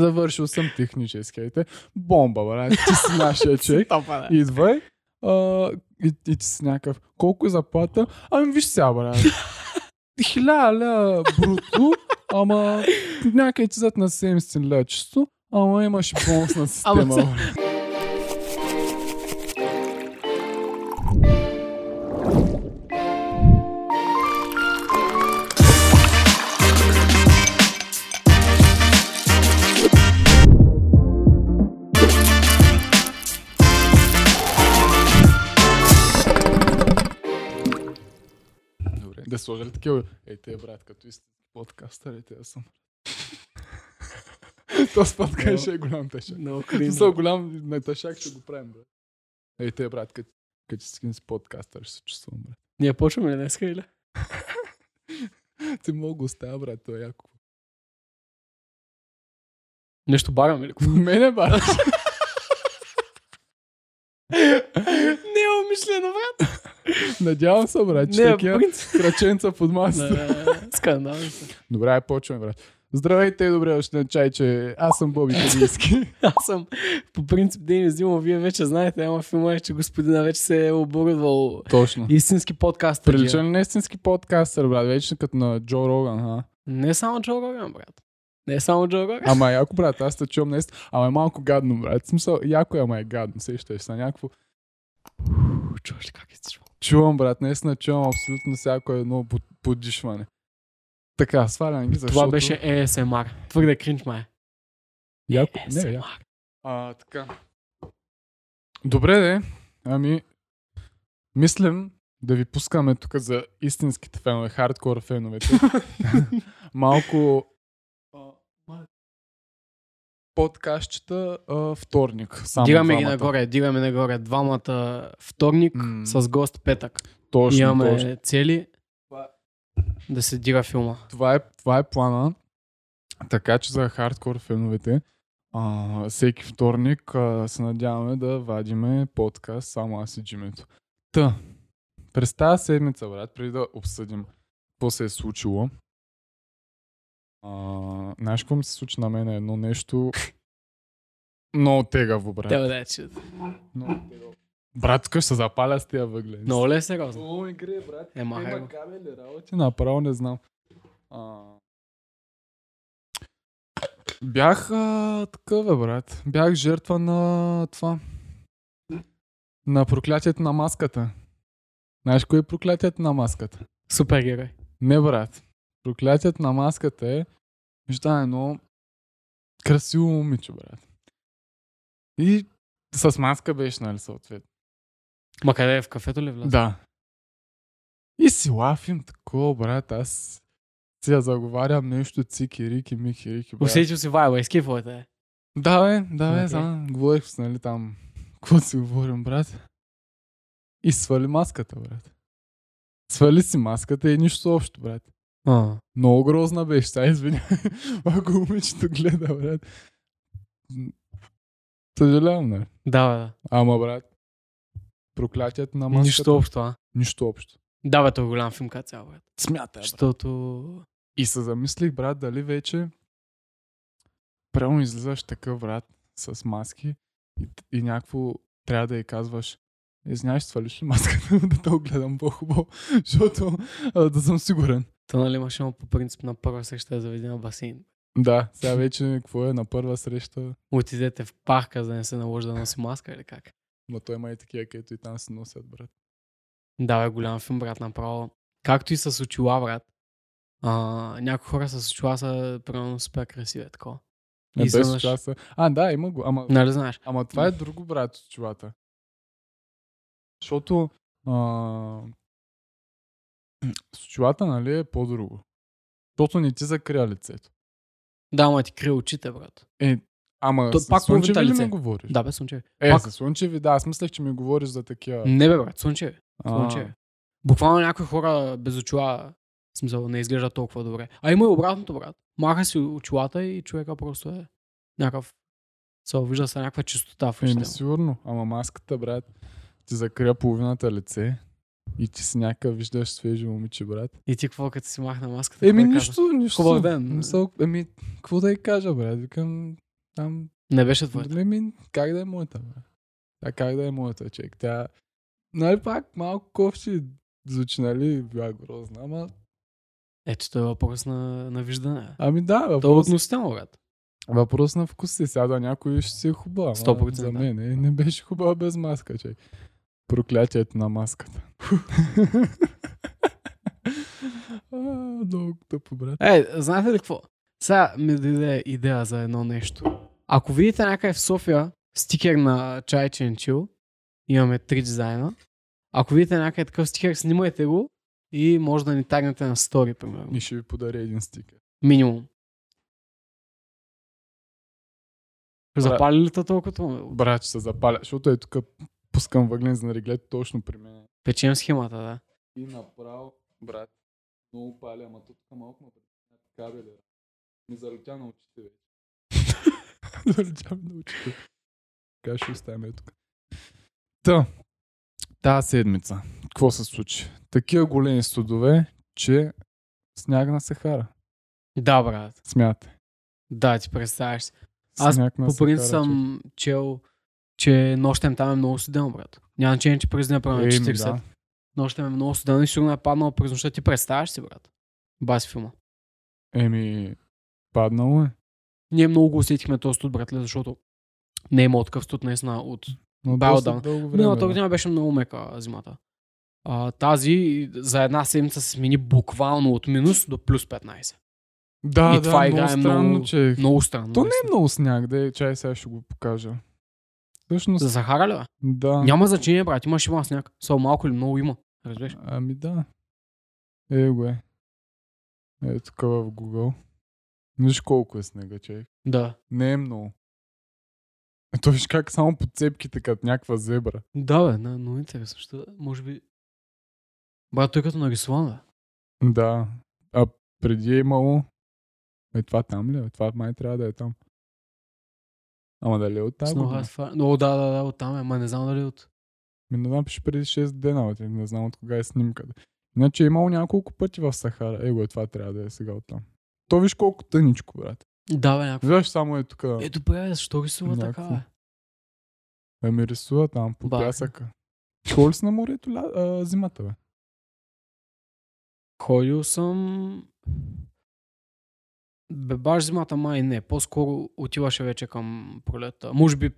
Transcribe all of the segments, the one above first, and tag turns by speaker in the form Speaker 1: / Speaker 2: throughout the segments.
Speaker 1: Завършил съм техническите. Бомба, брат. Ти си нашия човек.
Speaker 2: Топа, да.
Speaker 1: Идвай. А, и, и ти си някакъв. Колко е заплата? Ами виж сега, брат. Хиляда ля бруто, ама някъде ти зад на 70 ля чисто, ама имаш бонусна
Speaker 2: Ама
Speaker 1: система.
Speaker 2: се-
Speaker 1: брат. Добре, да сложа ли такива? Ей, те, брат, като истински подкастър, е, те да съм. Този подкаст ще е голям тъшак.
Speaker 2: Много
Speaker 1: Смисъл
Speaker 2: кринж.
Speaker 1: голям на тъшак ще го правим, брат. Ей, те, брат, като като истински подкастър ще се чувствам, брат.
Speaker 2: Ние почваме ли днеска или?
Speaker 1: Ти много остава, брат, той е яко.
Speaker 2: Нещо багаме ли?
Speaker 1: Мене, брат.
Speaker 2: Неумишлено, брат.
Speaker 1: Надявам се, брат, че
Speaker 2: Не,
Speaker 1: такива
Speaker 2: принцип.
Speaker 1: краченца под
Speaker 2: Да,
Speaker 1: масата.
Speaker 2: да, да. Скандал. е.
Speaker 1: Добре, ай, почваме, брат. Здравейте и добре дошли на чайче. Аз съм Боби Кадийски.
Speaker 2: Аз съм по принцип Денис Димов, вие вече знаете, ама в има е, че господина вече се е оборудвал
Speaker 1: Точно.
Speaker 2: истински подкаст.
Speaker 1: Прилича ли на истински подкастър, брат? Вече като на Джо Роган, ха?
Speaker 2: Не само Джо Роган, брат. Не само Джо Роган.
Speaker 1: Ама яко, брат, аз те чувам днес. Ама е малко гадно, брат. В Смисъл, яко е, ама е гадно. Сещаш се на някакво.
Speaker 2: Чуваш ли как изчува?
Speaker 1: Чувам, брат, наистина чувам абсолютно всяко едно под- поддишване. Така, свалям ги, защото...
Speaker 2: Това беше ASMR. Твърде кринч, май. Е,
Speaker 1: Яко, не, яко.
Speaker 2: ASMR.
Speaker 1: А, така. Добре, де. Ами, мислим да ви пускаме тук за истинските фенове, хардкор феновете. Малко подкастчета а, вторник. Само
Speaker 2: Дигаме ги
Speaker 1: двамата.
Speaker 2: нагоре, дигаме нагоре. Двамата вторник
Speaker 1: М.
Speaker 2: с гост петък.
Speaker 1: Точно,
Speaker 2: Имаме
Speaker 1: точно.
Speaker 2: цели
Speaker 1: Това-
Speaker 2: да се дига филма.
Speaker 1: Това е, това е плана. Така че за хардкор феновете, а, всеки вторник а, се надяваме да вадиме подкаст само аз и Джимето. Та, през тази седмица, брат, преди да обсъдим какво се е случило, а, знаеш какво ми се случи на мен едно нещо много тегаво, брат.
Speaker 2: Трябва да е че.
Speaker 1: Много тегаво. Брат, тук ще се запаля с тия въглени.
Speaker 2: Много ли е сериозно?
Speaker 1: Много ми грее, брат.
Speaker 2: Ема,
Speaker 1: Има
Speaker 2: хай го.
Speaker 1: кабели работи, направо не знам. А... Бях а, такъв, брат. Бях жертва на това. На проклятието на маската. Знаеш кое е проклятието на маската?
Speaker 2: Супергерой.
Speaker 1: Не, брат. Проклятието на маската е вижда едно красиво момиче, брат. И с маска беше, нали, съответно.
Speaker 2: Ма къде е в кафето ли влезе?
Speaker 1: Да. И си лафим такова, брат, аз си я заговарям нещо цики, рики, мики, рики, брат.
Speaker 2: Усетил си вайба, изкифал те.
Speaker 1: Да, бе, да, бе,
Speaker 2: Окей.
Speaker 1: okay. сам говорих с, нали, там, какво си говорим, брат. И свали маската, брат. Свали си маската и нищо общо, брат.
Speaker 2: А.
Speaker 1: Много грозна беше, сега извиня. Ако момичето гледа, брат. М, Съжалявам, не.
Speaker 2: Да, бе, да.
Speaker 1: Ама, брат, проклятието на маската.
Speaker 2: Нищо общо, а.
Speaker 1: Нищо общо.
Speaker 2: Да, бе, то е голям филм като цяло, бе.
Speaker 1: Смятай,
Speaker 2: Защото...
Speaker 1: И се замислих, брат, дали вече прямо излизаш такъв, брат, с маски и, и някакво трябва да й казваш не знаеш, свалиш ли е маската, да те огледам по-хубаво, защото а, да съм сигурен.
Speaker 2: Та нали имаш едно по принцип на първа среща да заведе на басейн.
Speaker 1: Да, сега вече какво е на първа среща,
Speaker 2: Отидете в парка, за да не се наложи да носи маска или как.
Speaker 1: но той има и такива, където и там се носят, брат.
Speaker 2: Да, бе, голям филм, брат, направо. Както и с очила, брат. А, някои хора с очила са примерно супер красиви, е такова.
Speaker 1: Е, без
Speaker 2: Изведнъж.
Speaker 1: часа. А, да, има го. Ама,
Speaker 2: Нали знаеш?
Speaker 1: ама това е друго, брат, от чувата. Защото а, с чувата, нали, е по-друго. Защото не ти закрия лицето.
Speaker 2: Да, ама ти крие очите, брат.
Speaker 1: Е, ама
Speaker 2: То
Speaker 1: за
Speaker 2: пак половината
Speaker 1: слънчеви ли
Speaker 2: лице.
Speaker 1: ми говориш?
Speaker 2: Да, бе, слънчеве.
Speaker 1: Е,
Speaker 2: пак.
Speaker 1: за слънчеви, да. Аз мислех, че ми говориш за такива...
Speaker 2: Не, бе, брат, слънчеве.
Speaker 1: А, е,
Speaker 2: Слънчеве. Буквално някои хора без очила, в смисъл, не изглежда толкова добре. А има и обратното, брат. Маха си очилата и човека просто е някакъв... Се вижда се някаква чистота в очите.
Speaker 1: Еми,
Speaker 2: му.
Speaker 1: сигурно. Ама маската, брат, ти закрия половината лице и ти си някакъв виждаш свежи момиче, брат.
Speaker 2: И ти какво, като си махна маската?
Speaker 1: Еми,
Speaker 2: какво да кажеш?
Speaker 1: нищо, ами, нищо.
Speaker 2: Хубав ден.
Speaker 1: Мисъл, еми, какво да й кажа, брат? Викам, Там
Speaker 2: Не беше твоята.
Speaker 1: Не ми, как да е моята, бе? А как да е моята, чек? Тя, нали пак малко кофти звучи, нали, била грозна, ама...
Speaker 2: Е, че това е въпрос на, на виждане.
Speaker 1: Ами да,
Speaker 2: То е
Speaker 1: въпрос,
Speaker 2: относително, брат.
Speaker 1: въпрос на вкус е. Сега да някой ще си е хубава. ама
Speaker 2: 100%,
Speaker 1: За
Speaker 2: да.
Speaker 1: мен е, не беше хубава без маска, чек. Проклятието на маската. а, много тъпо, брат.
Speaker 2: Е, знаете ли какво? Сега ми дойде идея за едно нещо. Ако видите някъде в София стикер на чай ченчил, имаме три дизайна. Ако видите някъде такъв стикер, снимайте го и може да ни тагнете на стори, примерно.
Speaker 1: И ще ви подаря един стикер.
Speaker 2: Минимум.
Speaker 1: Бра-
Speaker 2: Запали ли та толкова?
Speaker 1: Брат, ще се запаля, защото е тук пускам въглен за нариглет точно при мен.
Speaker 2: Печем схемата, да.
Speaker 1: И направо, брат, много пали, ама тук малко ме притесня кабели. Ми залетя на очите вече. залетя ми на очите. Така ще оставим е тук. Та, тая седмица, какво се случи? Такива големи студове, че сняг на Сахара.
Speaker 2: Да, брат.
Speaker 1: Смятай.
Speaker 2: Да, ти представяш. си. Аз
Speaker 1: Сняг на
Speaker 2: По принцип
Speaker 1: Сахара, че-
Speaker 2: съм чел, че нощем там е много студено, брат. Няма значение, че през деня правим
Speaker 1: Еми,
Speaker 2: 40.
Speaker 1: да.
Speaker 2: Нощем е много студено и сигурно е паднал през нощта. Ти представяш си, брат. Бас филма.
Speaker 1: Еми, паднало е.
Speaker 2: Ние много го усетихме този студ, братле, защото не е имал такъв студ наистина от...
Speaker 1: Но
Speaker 2: Бал,
Speaker 1: доста
Speaker 2: да.
Speaker 1: дълго време.
Speaker 2: Миналата
Speaker 1: бе.
Speaker 2: година беше много мека зимата. А, тази за една седмица се смени буквално от минус до плюс 15.
Speaker 1: Да,
Speaker 2: И
Speaker 1: да,
Speaker 2: това играе
Speaker 1: много странно,
Speaker 2: много-
Speaker 1: че
Speaker 2: Много странно.
Speaker 1: То не
Speaker 2: наистина.
Speaker 1: е много сняг, да е, чай сега ще го покажа. Всъщност,
Speaker 2: За Сахара ли? бе?
Speaker 1: да.
Speaker 2: Няма значение, брат. Имаш има сняг. Само малко или много има. Разбираш?
Speaker 1: Ами да. Е, го е. Е, тук в Google. Виж колко е снега, човек.
Speaker 2: Да.
Speaker 1: Не е много. Е, то виж как само по цепките, като някаква зебра.
Speaker 2: Да, бе, на, но интересно. Ще, може би... Брат, той като нарисуван, бе.
Speaker 1: Да. А преди е имало... Е, това там ли? е? Това май трябва да е там. Ама дали е от тази
Speaker 2: Snow
Speaker 1: година?
Speaker 2: Has Fire. Но, да, да, да, оттам е, ма не знам дали от...
Speaker 1: Ми не знам, пише преди 6 дена, бе, не знам от кога е снимката. Иначе е имало няколко пъти в Сахара. Его, е, това трябва да е сега оттам. То виж колко тъничко, брат.
Speaker 2: Да, бе, някакво.
Speaker 1: Виж само е тук.
Speaker 2: Е, добре, бе, защо рисува
Speaker 1: Някакво.
Speaker 2: така, бе?
Speaker 1: Е, ми рисува там по
Speaker 2: Бах.
Speaker 1: пясъка. Ходил ли си на морето ля... а, зимата, бе?
Speaker 2: Ходил съм... Бе, баш зимата май не. По-скоро отиваше вече към пролета. Може би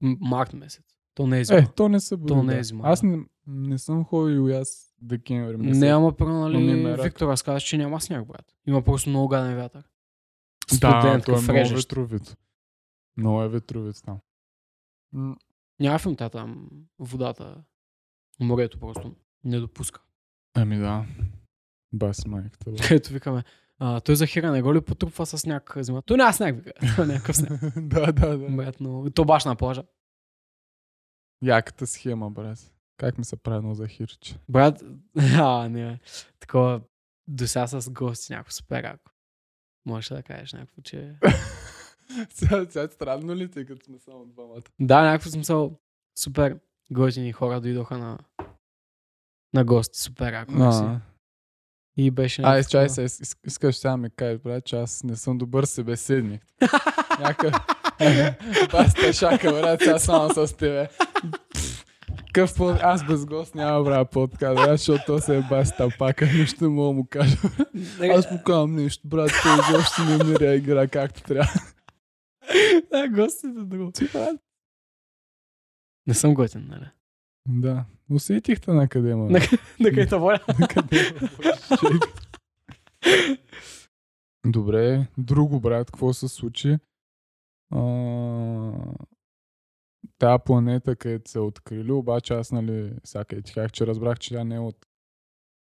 Speaker 2: м- март месец. То не е зима.
Speaker 1: Е, то не се бори.
Speaker 2: То не е
Speaker 1: да.
Speaker 2: зима,
Speaker 1: Аз
Speaker 2: да.
Speaker 1: не, не съм ходил и аз декември. месец.
Speaker 2: Няма първо,
Speaker 1: но ми е
Speaker 2: нали,
Speaker 1: мерак.
Speaker 2: Виктор разказа, че няма сняг, брат. Има просто много гаден вятър.
Speaker 1: да,
Speaker 2: Студен,
Speaker 1: то е
Speaker 2: такъв
Speaker 1: много
Speaker 2: режещ.
Speaker 1: ветровит. Много е ветровит там. М,
Speaker 2: Няма филм тя там. Водата. Морето просто не допуска.
Speaker 1: Ами да. Бас майката. бе.
Speaker 2: Където викаме, а, той за хера не го ли потрупва с някакъв зима? Той няма сняг, вика. Той е някакъв сняг.
Speaker 1: да, да, да.
Speaker 2: Брат, но... То баш на плажа.
Speaker 1: Яката схема, брат. Как ми се прави едно за хирче?
Speaker 2: Брат, а, не, бе. такова до сега с гости някакво супер ако. Можеш ли да кажеш някакво, че...
Speaker 1: сега, сега е странно ли ти, като сме само двамата?
Speaker 2: Да, някакво смисъл супер готини хора дойдоха на, на гости, супер ако.
Speaker 1: А,
Speaker 2: И беше
Speaker 1: а е,
Speaker 2: някакво...
Speaker 1: чай се, ис- искаш сега ми кажеш, брат, че аз не съм добър събеседник. Някакъв... Баста шака, брат, сега само с тебе. Пф, Къв под... Аз без гост няма правя подкаст, брат, защото то се е баста пака, нищо не мога да му кажа. Аз му казвам нещо, брат, той изобщо не ми реагира както трябва.
Speaker 2: Да, гостите друго. Не съм готин, нали?
Speaker 1: Да, усетихте на къде, ма.
Speaker 2: На Да, където воля.
Speaker 1: Добре, друго, брат, какво се случи? А, тая планета, където се е открили, обаче аз, нали, сега къде ти казах, че разбрах, че тя не е от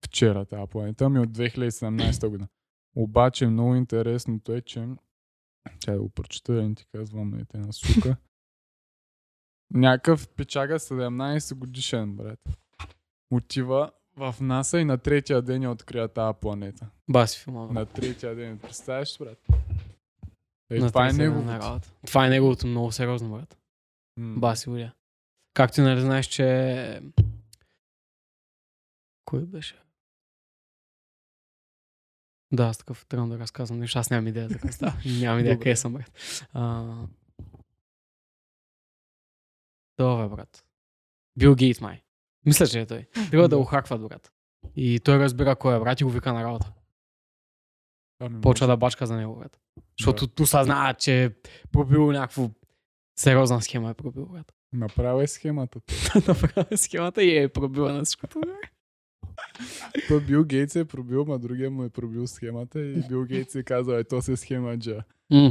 Speaker 1: вчера, тази планета, ми от 2017 година. Обаче много интересното е, че тя да го прочета, да не ти казвам, не те на сука. Някакъв печага 17 годишен, брат. Отива в НАСА и на третия ден я открия тази планета.
Speaker 2: Баси филма. брат.
Speaker 1: На третия ден, представяш, брат? Е,
Speaker 2: На
Speaker 1: това е
Speaker 2: 30 дена на
Speaker 1: неговото.
Speaker 2: работа. Това е неговото много сериозно, брат.
Speaker 1: М.
Speaker 2: Баси Уля. Както и нали знаеш, че... Кой беше? Да, аз такъв трябва да разказвам неща. Аз нямам идея за какво става. нямам идея
Speaker 1: Добре.
Speaker 2: къде съм, брат. А... Това, е, брат. Бил Гейт май. Мисля, че е той. Трябва да
Speaker 1: Да.
Speaker 2: охакват, брат. И той разбира кой е брат и го вика на работа.
Speaker 1: Ами,
Speaker 2: Почва
Speaker 1: може.
Speaker 2: да бачка за него, брат. Защото ту са знае, че е пробил някакво сериозна схема е пробил, брат.
Speaker 1: Направя е схемата.
Speaker 2: Направи схемата и е пробила на всичкото.
Speaker 1: То Бил Гейтс е пробил, ма другия му е пробил схемата и Бил Гейтс е казал, ето се схема джа.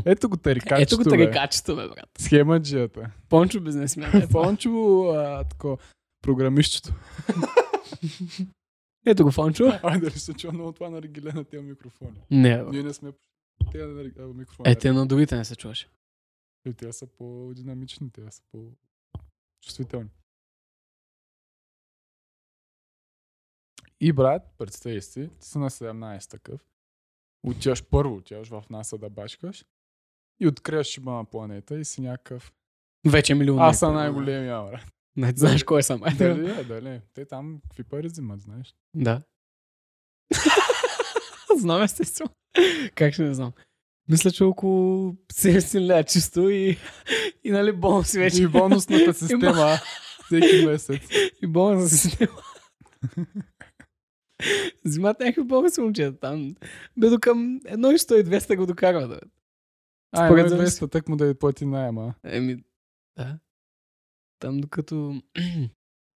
Speaker 1: Ето го тарикачето,
Speaker 2: Ето Е, го тарикачето, бе, брат.
Speaker 1: Схема джата.
Speaker 2: Пончо бизнесмен. е това.
Speaker 1: Пончо, а, тако, програмистчето.
Speaker 2: Ето го, Фончо.
Speaker 1: Ай, дали се чува много това на региле на тези микрофони.
Speaker 2: Не, бе.
Speaker 1: Ние не сме те на рег- а, микрофони. нали?
Speaker 2: Е, те на другите не се чуваше.
Speaker 1: Е, те са по-динамични, те са по-чувствителни. И брат, представи си, ти си на 17 такъв. Отиваш първо, отиваш в НАСА да бачкаш. И откриваш има на планета и си някакъв.
Speaker 2: Вече милион.
Speaker 1: Аз съм най-големия, брат.
Speaker 2: Не знаеш кой съм. Е,
Speaker 1: Дали, е, дали. Те там какви пари взимат, знаеш.
Speaker 2: Да. знам естествено. Как ще не знам? Мисля, че около 70 ля чисто и, и нали бонус вече.
Speaker 1: И бонусната система всеки месец.
Speaker 2: И бонус за система. Взимат някакви бонуси момчета там. Бе до към 1,100 и 200 го докарва. Да. бе.
Speaker 1: Ай,
Speaker 2: Според
Speaker 1: Според
Speaker 2: зависи.
Speaker 1: 200, тък му да ви плати найема.
Speaker 2: Еми, да. Там докато...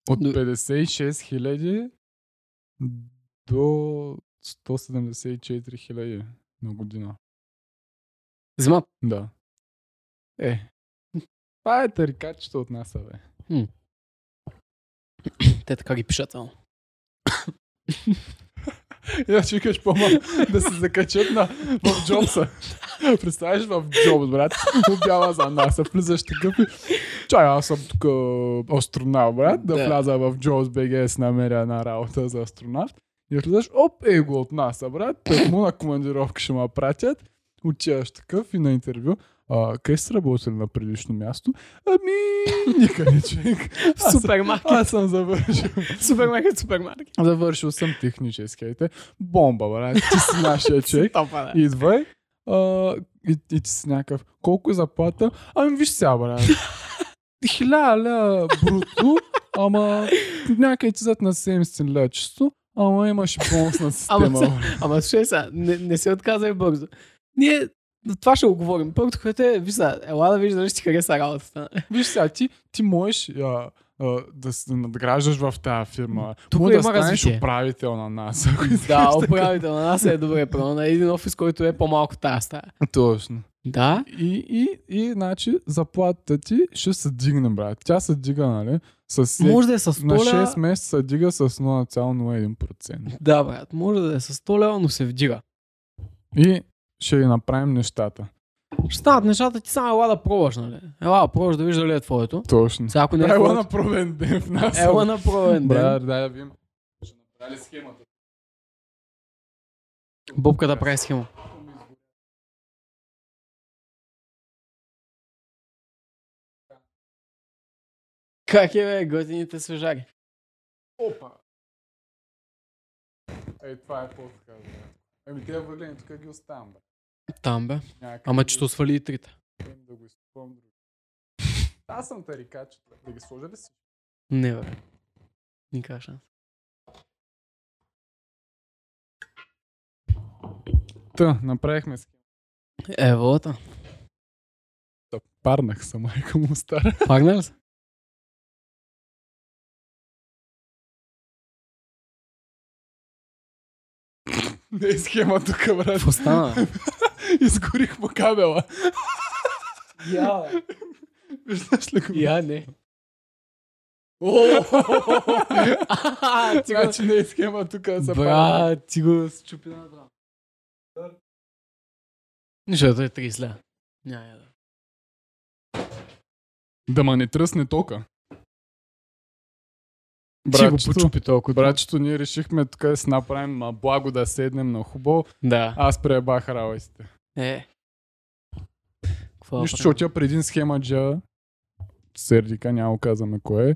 Speaker 1: От
Speaker 2: До-
Speaker 1: 56 хиляди до 174 хиляди на година.
Speaker 2: Взимат.
Speaker 1: Да. Е. Това е търкачето от нас, а, бе.
Speaker 2: Те така ги пишат само.
Speaker 1: И аз викаш по-ма да се закачат на, в Джобса. Представяш в Джобс, брат. Обява за нас. Влизаш такъв и... Чай, аз съм тук а, астронавт, брат. Да,
Speaker 2: Да.
Speaker 1: вляза в Джобс БГ с намеря една работа за астронавт. И влизаш, оп, е го от нас, а, брат. Тък му на командировка ще ме пратят. Отиваш такъв и на интервю. А, къде сте работили на предишно място? Ами, никъде, човек. Аз съм-
Speaker 2: Супермаркет,
Speaker 1: Аз съм завършил.
Speaker 2: супермаркет, супермаркет.
Speaker 1: Завършил съм техническите. Бомба, брат. Ти си нашия човек.
Speaker 2: Топа, да.
Speaker 1: Идвай. А, и, и ти си някакъв. Колко е заплата? Ами виж сега, брат. Хиляда ля бруто, ама някъде ти зад на 70 ля чисто, ама имаш бонусна система.
Speaker 2: Ама са- Ама слушай сега, не, не се отказвай бързо. Ние това ще го говорим. Първото, което е, виж сега, ела да видиш дали ще ти хареса работата.
Speaker 1: виж сега, ти, ти можеш а, а, да се надграждаш в тази фирма.
Speaker 2: Тук
Speaker 1: Може да
Speaker 2: има
Speaker 1: станеш
Speaker 2: развитие.
Speaker 1: управител на нас. ако
Speaker 2: е? да,
Speaker 1: искаш така.
Speaker 2: управител на нас е добре, правилно. На един офис, който е по-малко от тази стая.
Speaker 1: Точно.
Speaker 2: Да,
Speaker 1: И, и, и, значи, заплатата ти ще се дигне, брат. Тя се дига, нали? С всеки-
Speaker 2: може да е с
Speaker 1: на
Speaker 2: 100
Speaker 1: 6
Speaker 2: ля.
Speaker 1: месеца се дига с 0,01%.
Speaker 2: Да, брат, може да е с 100 ля, но се вдига.
Speaker 1: И ще ги направим нещата.
Speaker 2: Ще стават нещата, ти само ела да пробваш, нали? Ела да пробваш да виж дали е твоето.
Speaker 1: Точно.
Speaker 2: Сега, ако не е
Speaker 1: Ела
Speaker 2: твоето,
Speaker 1: на пробен ден в нас.
Speaker 2: ела на пробен ден.
Speaker 1: Брат, дай да видим. Ще направи схемата.
Speaker 2: Бобка да прави схема. Как е, бе, готините свежари?
Speaker 1: Опа! Ей, това е по-така, брат. Еми, тези въглени тук ги оставам, брат.
Speaker 2: Там, бе.
Speaker 1: Някак
Speaker 2: Ама
Speaker 1: да
Speaker 2: че
Speaker 1: ги
Speaker 2: то свали и трите.
Speaker 1: оставим, Да го изкупам друго. Аз съм тарикач. Да ги сложа ли си?
Speaker 2: Не, бе. Никакъв шанс.
Speaker 1: Та, направихме схема.
Speaker 2: Е, вота.
Speaker 1: Та, Парнах съм, майка му стара.
Speaker 2: Пагна ли се?
Speaker 1: Не е схема тук, брат.
Speaker 2: Какво стана? бе?
Speaker 1: Изгорих по кабела.
Speaker 2: Я,
Speaker 1: Виждаш ли го?
Speaker 2: я не. А, ти го...
Speaker 1: Значи не е схема тук да се пада.
Speaker 2: Брат, ти го счупи на драма. Защото е 30 ля. Няма я да.
Speaker 1: Да ма не тръсне тока.
Speaker 2: Ти го
Speaker 1: Братчето,
Speaker 2: почупи толкова.
Speaker 1: братчето, ние решихме тук да си направим а, благо да седнем на хубаво.
Speaker 2: Да.
Speaker 1: Аз пребах работите.
Speaker 2: Е. Какво
Speaker 1: Нищо, че
Speaker 2: правим?
Speaker 1: отива при един схемаджа. Сердика, няма казваме кое е.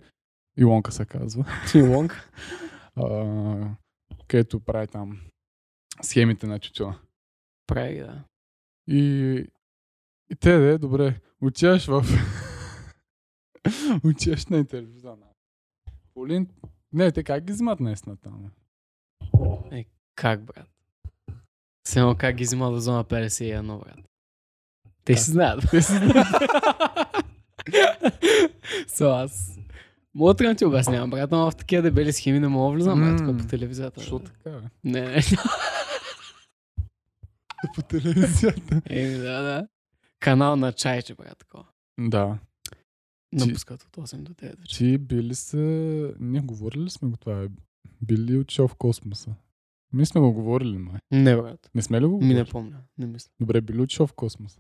Speaker 1: Илонка се казва.
Speaker 2: Ти лонг?
Speaker 1: А, където прави там схемите на тютюна.
Speaker 2: Прави, ги, да.
Speaker 1: И, и те, де, добре, отиваш в... отиваш на интервю за нас. Полин, не, те как ги взимат днес на там? бе?
Speaker 2: Е, Как, брат? Само как ги взима до зона 51, брат. Те си знаят. Те си знаят. Со аз. Мога да ти обяснявам, брат, но в такива дебели схеми не мога да влизам, брат,
Speaker 1: М.
Speaker 2: тук по телевизията.
Speaker 1: Защо така, бе?
Speaker 2: Не, не.
Speaker 1: По телевизията.
Speaker 2: Еми, да, да. Канал на чайче, брат, такова.
Speaker 1: да. Ти-
Speaker 2: Напускат от 8 до 9 вече.
Speaker 1: Ти били се... Ние говорили ли сме го това? бе? Били отишъл в космоса. Ние сме го говорили, май.
Speaker 2: Не, брат.
Speaker 1: Не сме ли го
Speaker 2: Ми
Speaker 1: говорили?
Speaker 2: не помня. Не мисля.
Speaker 1: Добре, били отишъл в космоса.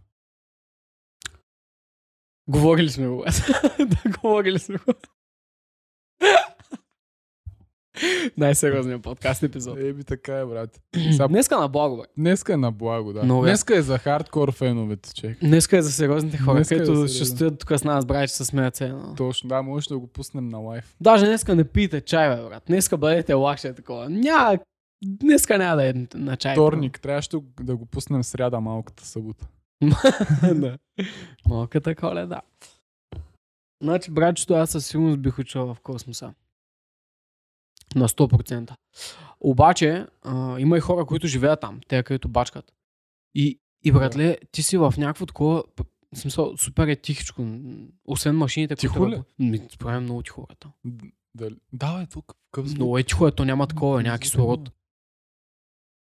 Speaker 2: Говорили сме го, брат. да, говорили сме го. Най-сериозният подкаст епизод.
Speaker 1: Еби така е, брат.
Speaker 2: Сега...
Speaker 1: Сега-
Speaker 2: Днеска на благо, брат.
Speaker 1: Днеска е на благо, да.
Speaker 2: Много е.
Speaker 1: Днеска е за хардкор феновете, чек.
Speaker 2: Днеска е за сериозните хора,
Speaker 1: Днеска е за
Speaker 2: които ще
Speaker 1: сериозни.
Speaker 2: стоят тук с нас, брат, ще се смеят се едно.
Speaker 1: Точно, да, можеш да го пуснем на лайф.
Speaker 2: Даже днеска не пийте чай, бе, брат. Днеска бъдете лакше такова. Няма... Днеска няма да е на чай.
Speaker 1: Вторник, трябваше да го- да го пуснем сряда малката събота.
Speaker 2: да. Малката коледа. Значи, братчето, аз със сигурност бих учил в космоса. На 100%. Обаче, а, има и хора, които живеят там, те, където бачкат. И, и братле, ти си в някакво такова, п- в смисъл, супер е тихичко, м, освен машините,
Speaker 1: Тихо ли?
Speaker 2: които... Ми, справя много тихо, брат. там.
Speaker 1: Д- Дали... Да, е тук. Къв
Speaker 2: Много е тихо, ето няма такова, няма кислород.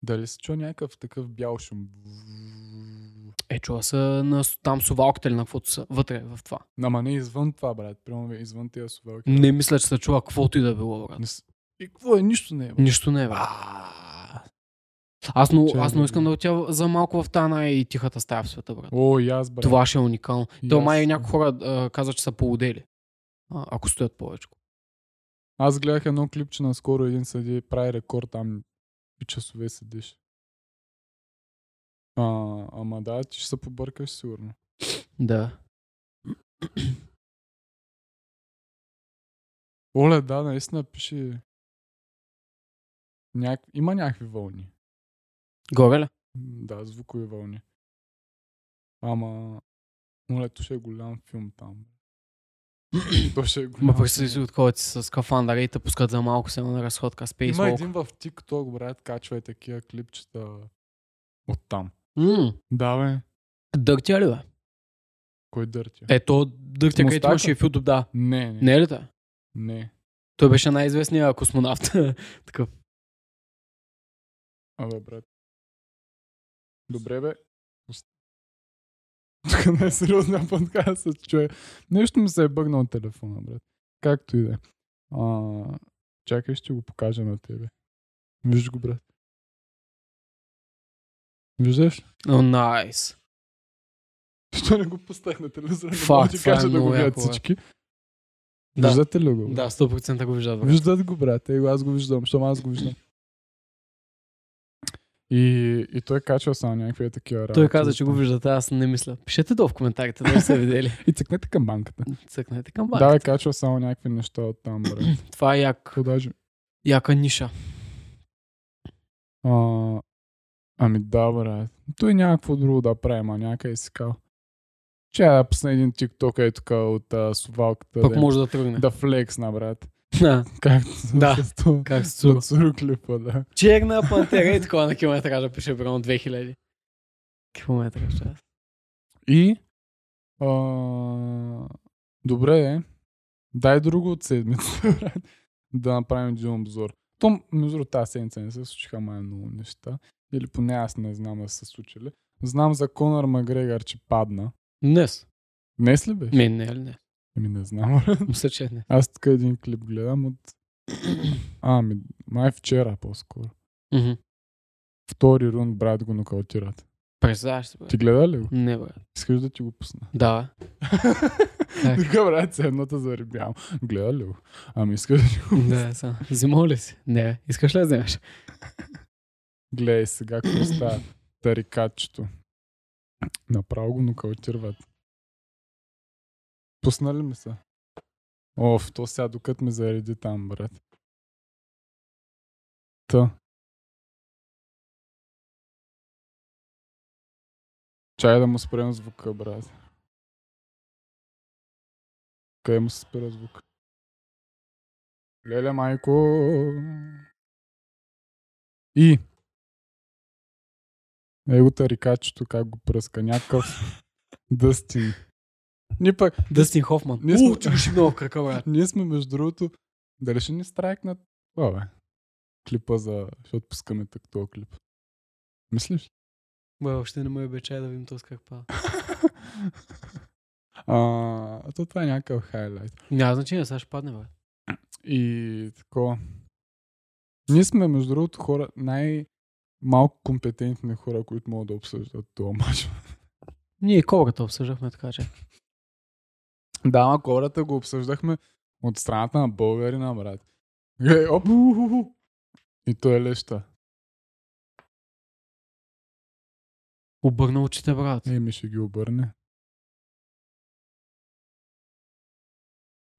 Speaker 1: Дали си чу някакъв такъв бял шум?
Speaker 2: Е, чува са на, с- там сувалката или на каквото са, вътре в това.
Speaker 1: Ама не извън това, брат. Прямо извън тия сувалки.
Speaker 2: Не мисля, че се чува каквото и да било, брат.
Speaker 1: Не с- И какво е? Нищо не е, брат.
Speaker 2: Нищо не е, брат. Аз но,
Speaker 1: Че е
Speaker 2: аз но
Speaker 1: добре.
Speaker 2: искам да отида за малко в тана и тихата стая в света, брат.
Speaker 1: О, и аз, брат.
Speaker 2: Това ще е уникално. То
Speaker 1: Ясно.
Speaker 2: май някои хора а, казват, че са полудели. А, ако стоят повече.
Speaker 1: Аз гледах едно клипче наскоро, един съди прави рекорд там и часове седиш. А, ама да, ти ще се побъркаш сигурно.
Speaker 2: Да.
Speaker 1: Оле, да, наистина пише... Няк... Има някакви вълни.
Speaker 2: Горе ли?
Speaker 1: М, Да, звукови вълни. Ама... Оле, то ще е голям филм там. то ще е голям
Speaker 2: Ма
Speaker 1: филм.
Speaker 2: представи си от кога ти са с кафандъра и те пускат за малко само на разходка с
Speaker 1: Има
Speaker 2: пейсбол.
Speaker 1: един в TikTok, брат, качва и такива клипчета от там.
Speaker 2: М,
Speaker 1: Да, бе.
Speaker 2: Дъртя ли бе?
Speaker 1: Кой дъртя?
Speaker 2: Ето, дъртя, където
Speaker 1: Мустака?
Speaker 2: имаше и в YouTube, да.
Speaker 1: Не, не, не.
Speaker 2: Е, Не е ли те?
Speaker 1: не.
Speaker 2: Той беше най-известният космонавт. Такъв.
Speaker 1: Абе, брат. Добре, бе. Ост- Тук не е сериозна подкаст, се чуе. Нещо ми се е бъгнал от телефона, брат. Както и да е. А, Чакай, ще го покажа на тебе. Виж го, брат. Виждаш?
Speaker 2: О, найс.
Speaker 1: Защо не го пуснах на телевизора?
Speaker 2: Фак,
Speaker 1: Не мога да ти
Speaker 2: това е
Speaker 1: кажа да го
Speaker 2: много
Speaker 1: видят
Speaker 2: яко, бе.
Speaker 1: всички.
Speaker 2: Да.
Speaker 1: Виждате ли го? брат?
Speaker 2: Да, 100% го виждат. брат.
Speaker 1: Виждат го, брат. Его, аз го виждам, защото аз го виждам. И, и той качва само някакви такива работи.
Speaker 2: Той каза, че го виждат, а аз не мисля. Пишете долу в коментарите, дали са видели.
Speaker 1: И цъкнете към банката.
Speaker 2: Цъкнете към
Speaker 1: Да, бе,
Speaker 2: банката.
Speaker 1: качва само някакви неща от там, брат.
Speaker 2: Това е як,
Speaker 1: Продажи.
Speaker 2: яка ниша.
Speaker 1: А, ами да, брат. Той няма какво друго да прави, ма някъде си кал. Че да пусна един тикток е тук от а, сувалката.
Speaker 2: Пък
Speaker 1: да,
Speaker 2: може да тръгне.
Speaker 1: да флексна, брат.
Speaker 2: Да.
Speaker 1: Както
Speaker 2: Да.
Speaker 1: с това.
Speaker 2: Как се
Speaker 1: От
Speaker 2: сува.
Speaker 1: Цуру клипа, да.
Speaker 2: Черна пантера и такова на километража пише примерно 2000. Километра ще е.
Speaker 1: И... А, добре е. Дай друго от седмицата, брат. да направим един обзор. То, между другото, тази седмица не се случиха май много неща. Или поне аз не знам да са се случили. Знам за Конор Макгрегор, че падна.
Speaker 2: Днес.
Speaker 1: Днес ли беше?
Speaker 2: Ми, не, ли не.
Speaker 1: Еми не знам. брат.
Speaker 2: Мисля, че не.
Speaker 1: Аз тук един клип гледам от... А, ми, май вчера по-скоро.
Speaker 2: Мгм.
Speaker 1: Втори рунд, брат, го нокаутират.
Speaker 2: Представяш се, бе.
Speaker 1: Ти гледа ли го?
Speaker 2: Не, брат.
Speaker 1: Искаш да ти го пусна.
Speaker 2: Да. бе. Как?
Speaker 1: Тук, брат, се едната заребявам. Гледа ли го? Ами искаш да ти го пусна.
Speaker 2: Да, съм. Взимал ли си? Не, бе. Искаш ли да вземеш?
Speaker 1: Гледай сега какво става. Тарикатчето. Направо го нокаутират. Пуснали ми се. Оф, то сега докато ме зареди там, брат. Та. Чай да му спрем звука, брат. Къде му се спира звук? Леле, майко! И! Его тарикачето как го пръска. Някакъв Дъстин. Ние пък,
Speaker 2: Дъстин Хофман.
Speaker 1: Ние сме-
Speaker 2: Ух, ти беше много в крака, брат.
Speaker 1: ние сме между другото, дали ще ни страйкнат? Това бе. Клипа за... Ще отпускаме так този клип. Мислиш? ли?
Speaker 2: Бе, още не му е обичай да видим този как пада.
Speaker 1: А, то това е някакъв хайлайт.
Speaker 2: Няма значение, сега ще падне, бе.
Speaker 1: И такова. Ние сме, между другото, хора, най-малко компетентни хора, които могат да обсъждат това мач.
Speaker 2: Ние и колката обсъждахме, така че.
Speaker 1: Да, ама хората го обсъждахме от страната на българина, брат. Е, оп! уху. И той е леща.
Speaker 2: Обърна очите, брат.
Speaker 1: Еми ще ги обърне.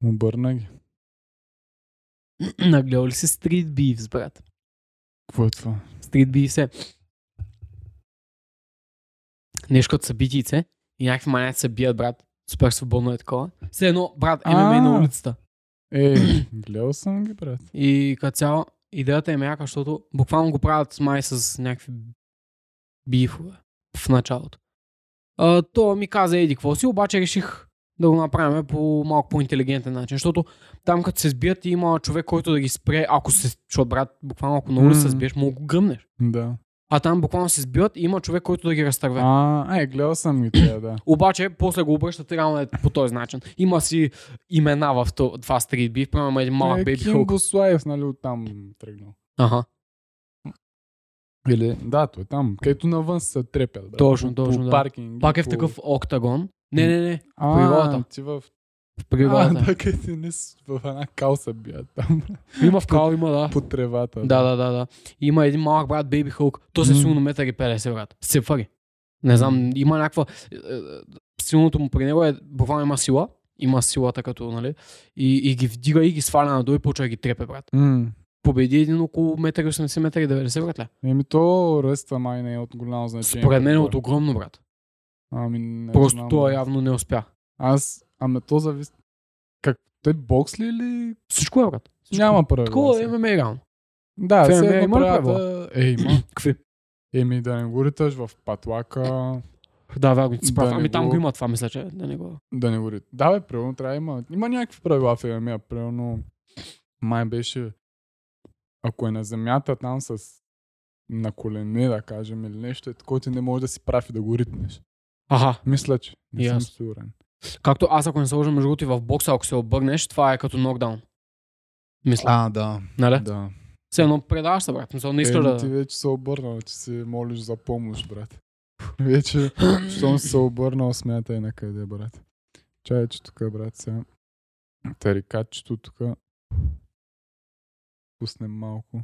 Speaker 1: Обърна ги.
Speaker 2: Нагледал ли си Street Beefs, брат?
Speaker 1: Какво е това?
Speaker 2: Street Beefs е нещо като събитийце и някакви маняци се бият, брат. Супер свободно е такова. Все едно, брат, ММА на
Speaker 1: А.
Speaker 2: улицата.
Speaker 1: Е, гледал съм ги, брат.
Speaker 2: И като цяло, идеята е мяка, защото буквално го правят с май с някакви бифове в началото. А, то ми каза, еди, какво си, обаче реших да го направим по малко по-интелигентен начин, защото там като се сбият има човек, който да ги спре, ако се, защото брат, буквално ако на улица се
Speaker 1: Мм.
Speaker 2: сбиеш, мога да го гръмнеш.
Speaker 1: Да.
Speaker 2: А там буквално се сбиват и има човек, който да ги разтърве.
Speaker 1: А, е, гледал съм ги тя, да.
Speaker 2: Обаче, после го обръщат реално е по този начин. Има си имена в то- това стрит биф, примерно има един малък
Speaker 1: е,
Speaker 2: бейби
Speaker 1: Ким
Speaker 2: Хук.
Speaker 1: Буслаев, нали, оттам тръгнал.
Speaker 2: Аха,
Speaker 1: Или, да, той е там, където навън се трепят. Брат.
Speaker 2: Точно,
Speaker 1: По-
Speaker 2: точно,
Speaker 1: по
Speaker 2: да.
Speaker 1: паркинги,
Speaker 2: пак е в
Speaker 1: по-
Speaker 2: такъв октагон. Не, не, не,
Speaker 1: а,
Speaker 2: природата.
Speaker 1: Ти в...
Speaker 2: в
Speaker 1: А,
Speaker 2: природата.
Speaker 1: да, където не с- в една калса бият там,
Speaker 2: Има в кал, има, да.
Speaker 1: по тревата.
Speaker 2: Да, да, да, да. Има един малък брат, Бейби Хълк. То се
Speaker 1: Мгм.
Speaker 2: силно метър и 50, брат. С цифъри. Не знам, има някаква... е, е, Силното му при него е, буквално има сила. Има силата като, нали? И, и ги вдига и ги сваля надолу и почва да ги трепе, брат.
Speaker 1: М.
Speaker 2: победи един около 1,80 метър и 90, братле.
Speaker 1: Еми то ръста май не е от голямо значение.
Speaker 2: Според мен е
Speaker 1: какво
Speaker 2: от огромно, брат.
Speaker 1: Ами, не
Speaker 2: Просто е
Speaker 1: знам,
Speaker 2: той
Speaker 1: аз-
Speaker 2: явно не успя.
Speaker 1: Аз, ами то зависи. Как, той бокс ли или
Speaker 2: Всичко е, брат. Всичко.
Speaker 1: няма правила?
Speaker 2: Такова
Speaker 1: сега?
Speaker 2: е ММА реално.
Speaker 1: Да,
Speaker 2: в
Speaker 1: все
Speaker 2: MMA
Speaker 1: едно
Speaker 2: има ли
Speaker 1: правилата... Е, има.
Speaker 2: Какви?
Speaker 1: Еми да не го риташ в патлака,
Speaker 2: Да, вярно, ти си прав.
Speaker 1: Да, не
Speaker 2: ами там
Speaker 1: го-
Speaker 2: го има това, мисля, че да не го...
Speaker 1: да не го риташ. Да, бе, примерно трябва да има. Има някакви правила в ММА, примерно май беше ако е на земята там с на колене, да кажем, или нещо, е такова ти не можеш да си прави да го ритнеш.
Speaker 2: Аха,
Speaker 1: Мисля, че не съм
Speaker 2: Ясно.
Speaker 1: сигурен.
Speaker 2: както аз ако не сложа между другото и в бокса, ако се обърнеш, това е като нокдаун. Мисля,
Speaker 1: А, да.
Speaker 2: нали?
Speaker 1: Да.
Speaker 2: Все едно предаваш се, брат. Мисля, не
Speaker 1: Е,
Speaker 2: искаш
Speaker 1: но
Speaker 2: да...
Speaker 1: Ти вече се обърнал, ти се молиш за помощ, брат. Вече, щом си се обърнал, смятай на къде, брат. Чай, че тук, брат, сега. Тарикатчето тук. Пуснем малко.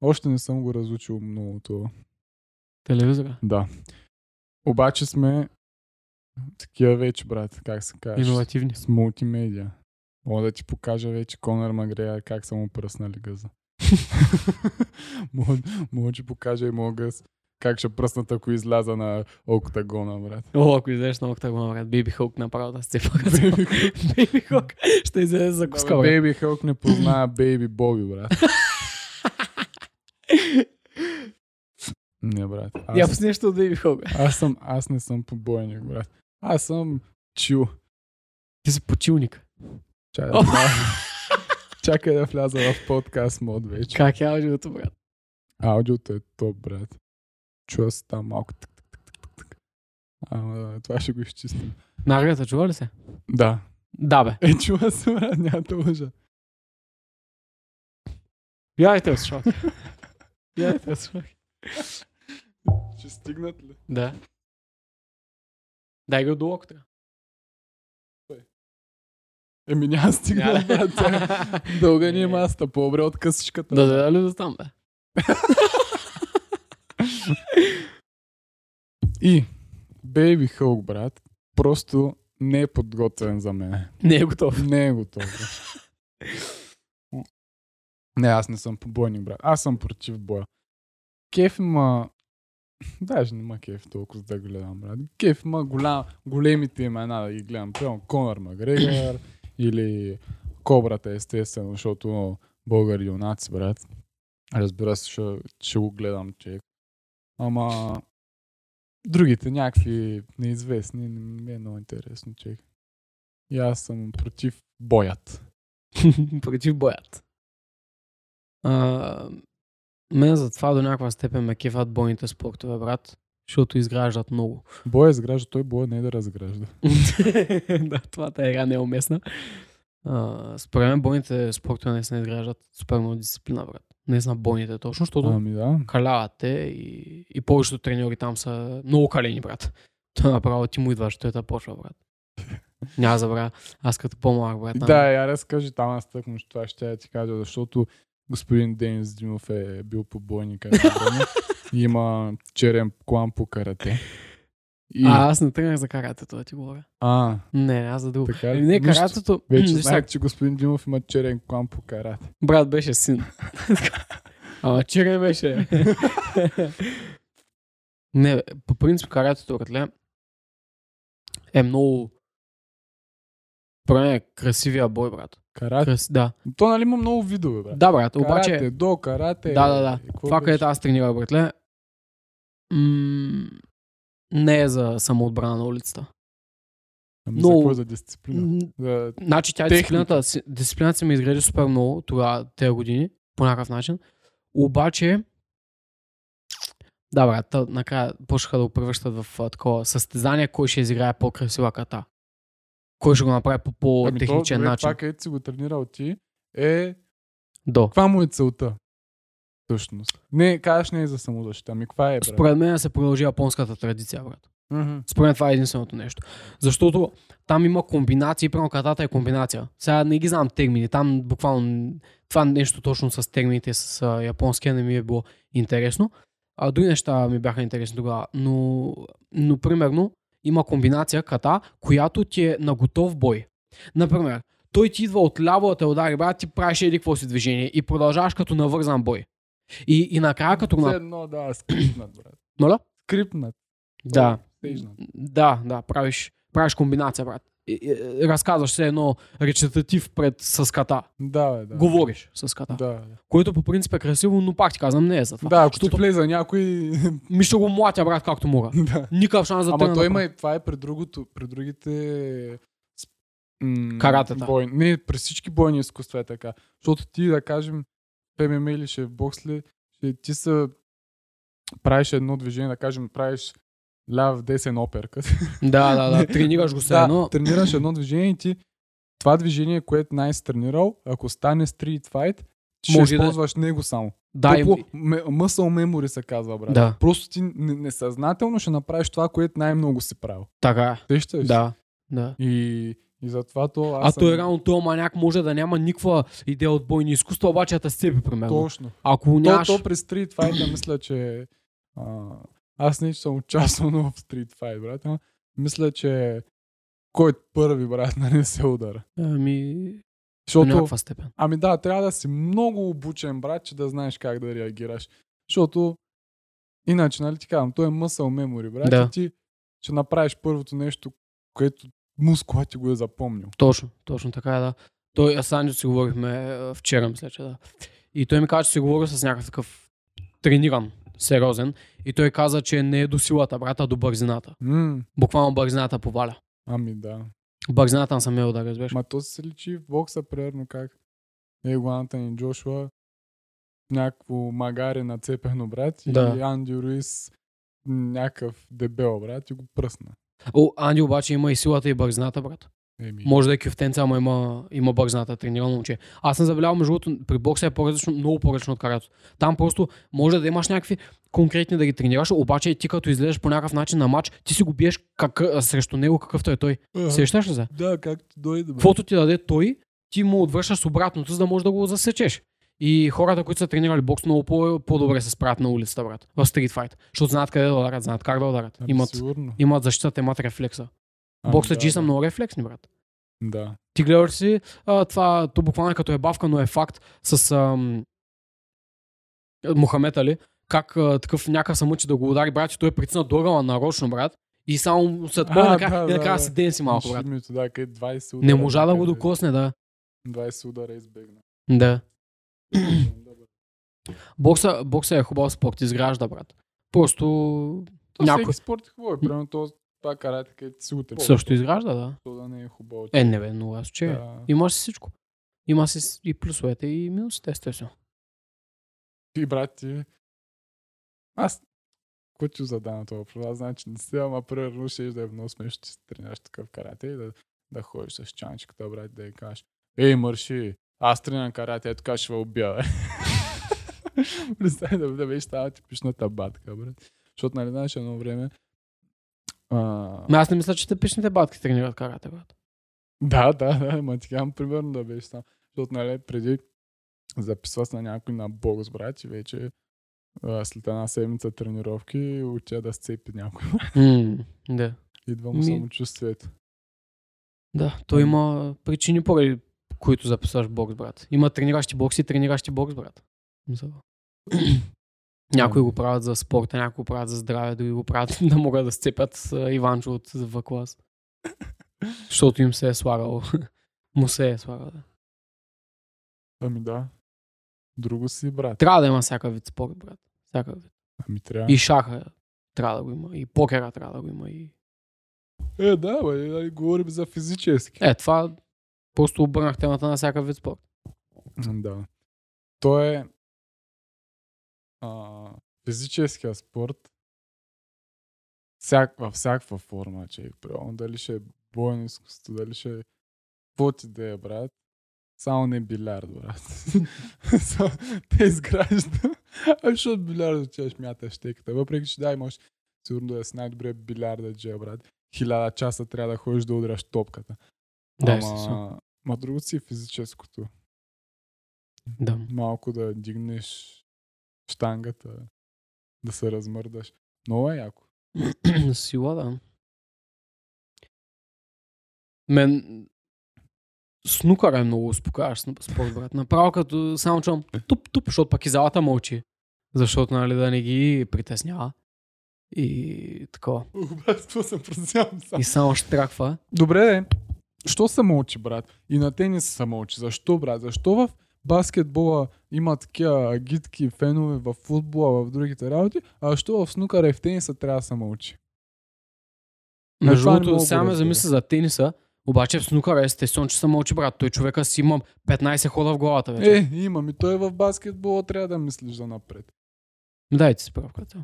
Speaker 1: Още не съм го разучил много това.
Speaker 2: Телевизора.
Speaker 1: Да. Обаче сме такива вече, брат, как се казва.
Speaker 2: Иновативни.
Speaker 1: С мултимедиа. Мога да ти покажа вече Конор Магрея как са му пръснали гъза. мога, мога да ти покажа и моя гъз как ще пръснат, ако изляза на октагона, брат.
Speaker 2: О, ако излезеш на октагона, брат. Бейби Хълк направо да сте
Speaker 1: Бейби
Speaker 2: Бейби Хълк ще излезе за куска, брат.
Speaker 1: Бейби Хълк не познава Бейби Боби, брат. Не, брат.
Speaker 2: Я
Speaker 1: Аз,
Speaker 2: пусни нещо от Бейби Хълк.
Speaker 1: аз, съм, аз не съм побойник, брат. Аз съм чил.
Speaker 2: Ти си почилник.
Speaker 1: Чакай да,
Speaker 2: О.
Speaker 1: чакай да вляза в подкаст мод вече.
Speaker 2: Как е аудиото, брат?
Speaker 1: Аудиото е топ, брат. Чува се там малко тък, тък, тък, тък, тък. Ама, това ще го изчистим.
Speaker 2: Наргата, чува ли се?
Speaker 1: Да.
Speaker 2: Да, бе.
Speaker 1: Е, чува се, брат, няма да лъжа.
Speaker 2: Вярвайте в шок. Вярвайте в шок.
Speaker 1: Ще стигнат ли?
Speaker 2: Да. Дай го до локтя.
Speaker 1: Еми, няма да стигнат, брат. Тя- Дълга ни е маста, по-добре от късичката.
Speaker 2: Да, да, ли да там, бе.
Speaker 1: И, Бейби Хълк, брат, просто не е подготвен за мен.
Speaker 2: Не е готов.
Speaker 1: Не е готов. брат. не, аз не съм побойник, брат. Аз съм против боя. Кеф има Даже не ма кеф толкова за да гледам, брат. Кеф ма голям, големите имена да ги гледам. Примерно Конор Макгрегор или Кобрата, естествено, защото българи юнаци, брат. Разбира се, ще, ще го гледам, че. Ама другите някакви неизвестни, не ми е много интересно, че. И аз съм против боят.
Speaker 2: Против боят. А, мен за това до някаква степен ме кефат бойните спортове, брат. Защото изграждат много.
Speaker 1: Боя изгражда, той боя не е да разгражда.
Speaker 2: да, това та игра не е уместна. А, според мен бойните спортове не се изграждат супер много дисциплина, брат. Не знам бойните точно, защото
Speaker 1: Ами да.
Speaker 2: калявате и, и повечето треньори там са много калени, брат. Той направо ти му идваш, той те почва, брат. Няма да забравя. Аз като по-малък, брат. там-
Speaker 1: Да, е. я разкажи там, аз тъкмо ще това ще я ти кажа, защото господин Денис Димов е бил побойник. едно време. Има черен клан по карате. И...
Speaker 2: А, аз не тръгнах за каратето, да ти говоря.
Speaker 1: а
Speaker 2: Не, аз за друго.
Speaker 1: така ли?
Speaker 2: Не,
Speaker 1: Нищо.
Speaker 2: каратето...
Speaker 1: Вече
Speaker 2: Виж сега,
Speaker 1: знаех, че господин Димов има черен клан по карате.
Speaker 2: Брат беше син. Ама черен беше. не, бе, по принцип каратето, братле, е много... Поне е красивия бой, брат.
Speaker 1: Карате.
Speaker 2: Крас... Да.
Speaker 1: То нали има много видове, брат.
Speaker 2: да, брат, обаче...
Speaker 1: Карате, до карате.
Speaker 2: Да, да, да.
Speaker 1: е, какво
Speaker 2: Това,
Speaker 1: беше?
Speaker 2: където аз тренирах, братле, м- не е за самоотбрана на улицата.
Speaker 1: Ами
Speaker 2: но-
Speaker 1: за какво е за дисциплина?
Speaker 2: М,
Speaker 1: За...
Speaker 2: Значи тя
Speaker 1: Техника.
Speaker 2: дисциплината, си- дисциплината се ми изгради супер много тогава, тези години, по някакъв начин. Обаче, да, брат, та- накрая почнаха да го превръщат в а, такова състезание, кой ще изиграе по-красива ката. Кой ще го направи по
Speaker 1: Ами то,
Speaker 2: по-техничен
Speaker 1: добре,
Speaker 2: начин.
Speaker 1: Това, където си го тренирал ти, е...
Speaker 2: До.
Speaker 1: Каква му е целта? Всъщност. Не, кажеш не е за самозащита. Ами каква е, брат?
Speaker 2: Според мен се продължи японската традиция, брат.
Speaker 1: Мгм.
Speaker 2: Според мен това е единственото нещо. Защото там има комбинации, примерно катата е комбинация. Сега не ги знам термини, там буквално това нещо точно с термините с а, японския не ми е било интересно. А други неща ми бяха интересни тогава. Но, но примерно има комбинация ката, която ти е на готов бой. Например, той ти идва от ляво да те удари, брат, ти правиш еди какво си движение и продължаваш като навързан бой. И, и накрая като...
Speaker 1: Все
Speaker 2: На...
Speaker 1: едно, да, скрипнат, брат.
Speaker 2: Моля?
Speaker 1: Скрипнат.
Speaker 2: Да.
Speaker 1: Тежнат.
Speaker 2: Да, да, правиш, правиш комбинация, брат. И, и, и, разказваш се едно речитатив пред с ката.
Speaker 1: Да, бе, да.
Speaker 2: Да. Говориш с ката. Да.
Speaker 1: Да, бе, да.
Speaker 2: Което по принцип е красиво, но пак ти казвам, не е за това.
Speaker 1: Да, ако
Speaker 2: Защото-
Speaker 1: ти влезе някой...
Speaker 2: Ми ще го млатя, брат, както мога.
Speaker 1: да.
Speaker 2: Никакъв шанс за
Speaker 1: Ама той има и това е при другото, при другите с- м,
Speaker 2: Каратата.
Speaker 1: Бой. Не, при всички бойни изкуства е така. Защото ти, да кажем, в ММА или ще е в бокс ли, ще ти са правиш едно движение, да кажем, правиш ляв, десен оперкът.
Speaker 2: Да, да, да, тренираш го се
Speaker 1: да,
Speaker 2: едно.
Speaker 1: тренираш едно движение и ти това движение, което най-си тренирал, ако стане стрит файт, ти ще
Speaker 2: Може да-
Speaker 1: използваш него само.
Speaker 2: Да, им...
Speaker 1: Тъпо, ме- muscle memory се казва, брат.
Speaker 2: да,
Speaker 1: Просто ти не- несъзнателно ще направиш това, което най-много си правил.
Speaker 2: така е.
Speaker 1: Тещаш ли?
Speaker 2: Да, да.
Speaker 1: И, и затова то аз
Speaker 2: А
Speaker 1: съм...
Speaker 2: той е реално този маняк може да няма никаква идея от бойни изкуства, обаче е да те сцепи, примерно.
Speaker 1: Точно.
Speaker 2: Ако
Speaker 1: То,
Speaker 2: нямаш...
Speaker 1: то през Street Fight мисля, че... А, аз не че съм участвал много в Street Fight, брат. Ама мисля, че кой е първи, брат, нали се удара.
Speaker 2: Ами... До
Speaker 1: Защото,
Speaker 2: някаква степен.
Speaker 1: ами да, трябва да си много обучен, брат, че да знаеш как да реагираш. Защото, иначе, нали ти казвам, той е мъсъл мемори, брат.
Speaker 2: Да.
Speaker 1: И ти ще направиш първото нещо, което мускула ти го е запомнил.
Speaker 2: Точно, точно така е, да. Той, а с Анджо си говорихме а, вчера, мисля, че да. И той ми каза, че си говорил с някакъв такъв трениран, сериозен. И той каза, че не е до силата, брат, а до бързината.
Speaker 1: М,
Speaker 2: Буквално бързината поваля.
Speaker 1: ами да.
Speaker 2: Бързината на самия удар, разбираш.
Speaker 1: Ма то се личи в бокса, примерно как е главната ни Джошуа, някакво магаре нацепено, брат,
Speaker 2: Да.
Speaker 1: и Анди Руис някакъв дебел, брат, и го пръсна.
Speaker 2: О, Анди обаче има и силата и бързината, брат.
Speaker 1: Еми,
Speaker 2: Може да е кюфтенца, ама има, има бързината, тренирано момче. Аз съм забелявал, между другото, при бокса е по-различно, много по-различно от карато. Там просто може да имаш някакви конкретни да ги тренираш, обаче ти като излезеш по някакъв начин на матч, ти си го биеш как, срещу него, какъвто е той.
Speaker 1: Ага.
Speaker 2: Сещаш ли се?
Speaker 1: Да, както дойде, брат.
Speaker 2: Каквото ти даде той, ти му отвръщаш обратното, за да можеш да го засечеш. И хората, които са тренирали бокс, много по- по-добре се справят на улицата, брат. В стрит файт. Защото знаят къде да ударят, знаят как да ударят.
Speaker 1: Ами,
Speaker 2: Имат,
Speaker 1: Сигурно.
Speaker 2: имат защита, имат рефлекса.
Speaker 1: Ами,
Speaker 2: Боксаджи
Speaker 1: да,
Speaker 2: са
Speaker 1: да.
Speaker 2: много рефлексни, брат.
Speaker 1: Да.
Speaker 2: Ти гледаш си, а, това, то буквално е като е бавка, но е факт с ам, Мохамед Али, как а, такъв някакъв се мъчи да го удари, брат, че той е притисна догъла нарочно, брат. И само след това
Speaker 1: А,
Speaker 2: накрая,
Speaker 1: да,
Speaker 2: и накрая
Speaker 1: да,
Speaker 2: се денси малко, брат.
Speaker 1: Шибмито, да, къде 20 удара.
Speaker 2: Не можа да го
Speaker 1: някъде.
Speaker 2: докосне, да.
Speaker 1: 20 удара избегна.
Speaker 2: Да. Бокса, бокса е хубав спорт, изгражда, брат. Просто
Speaker 1: То
Speaker 2: Някой-
Speaker 1: всеки спорт е хубаво. Примерно то това карате, където си утре.
Speaker 2: също изгражда, да.
Speaker 1: То да не е хубаво.
Speaker 2: Е, не бе, но аз че. Да.
Speaker 1: Да.
Speaker 2: Има си всичко. Има си с- и плюсовете, и минусите, естествено.
Speaker 1: И брат ти... Аз... Кой ти задам това въпрос? Аз знам, че не си, ама примерно ще да е много смешно, че се тренираш такъв карате и да, да ходиш с чанчката, брат, да й кажеш. Ей, мърши, аз тренирам карате, ето така ще ви убия. бе." Представи да, да беше тази типичната батка, брат. Защото, нали, знаеш, едно време... А...
Speaker 2: Ма аз не мисля, че типичните батки тренират карате, брат.
Speaker 1: Да, да, да, ма ти казвам примерно да беше там. Защото, нали, преди записва се на някой на бокс, брат, и вече а, след една седмица тренировки отида да сцепи някой.
Speaker 2: М, да.
Speaker 1: Идва му
Speaker 2: Ми-
Speaker 1: самочувствието.
Speaker 2: Да, то има причини, поради които записваш бокс, брат. Има трениращи бокс и трениращи бокс, брат. Мисъл. Някои
Speaker 1: Ами.
Speaker 2: го правят за спорта, някои го правят за здраве, други го правят да могат да сцепят а, Иванчо от в клас. Защото им се е слагало. Му се е слагало. да.
Speaker 1: Ами да. Друго си, брат.
Speaker 2: Трябва да има всякакъв вид спорт, брат. Всякакъв вид.
Speaker 1: Ами трябва.
Speaker 2: И шаха трябва да го има, и покера трябва да го има, и
Speaker 1: Е, да, бе, нали, говорим за физически.
Speaker 2: Е, това просто обърнах темата на всяка вид спорт.
Speaker 1: М, Да. То е а, физическия спорт всяк, във всякаква форма, че е правилно. Дали ще е бойно изкуство, дали ще е какво ти да е, брат. Само не билярд, брат. Само Те изгражда. А защото билярд че ще мяташ теката. Въпреки, че да, можеш сигурно да си най-добре билярда, че брат. Хиляда часа трябва да ходиш да удряш топката.
Speaker 2: Да, естествено.
Speaker 1: Ама, ма друго си е физическото
Speaker 2: Да.
Speaker 1: малко да дигнеш штангата, да се размърдаш. Много е яко.
Speaker 2: Сила, да. Мен снукъра е много успокояващ сн- спорт, брат. Направо като само чувам туп-туп, защото пък и залата мълчи. Защото, нали, да не ги притеснява. И такова.
Speaker 1: Ух, брат, какво съм прозявам сам.
Speaker 2: И само ще траква.
Speaker 1: Добре, де. Що се мълчи, брат? И на тенис се мълчи. Защо, брат? Защо в баскетбола има такива гидки, фенове в футбола, в другите работи, а защо в снукара и в тениса трябва да се мълчи? Не,
Speaker 2: Между
Speaker 1: това не
Speaker 2: другото,
Speaker 1: мога да
Speaker 2: сега
Speaker 1: го
Speaker 2: ме
Speaker 1: разбера.
Speaker 2: замисля за тениса, обаче в снукъра е естествено, че съм мълчи, брат. Той човека си има 15 хода в главата вече.
Speaker 1: Е, имам и той в баскетбола трябва да мислиш за напред.
Speaker 2: Да, и ти си прав, като.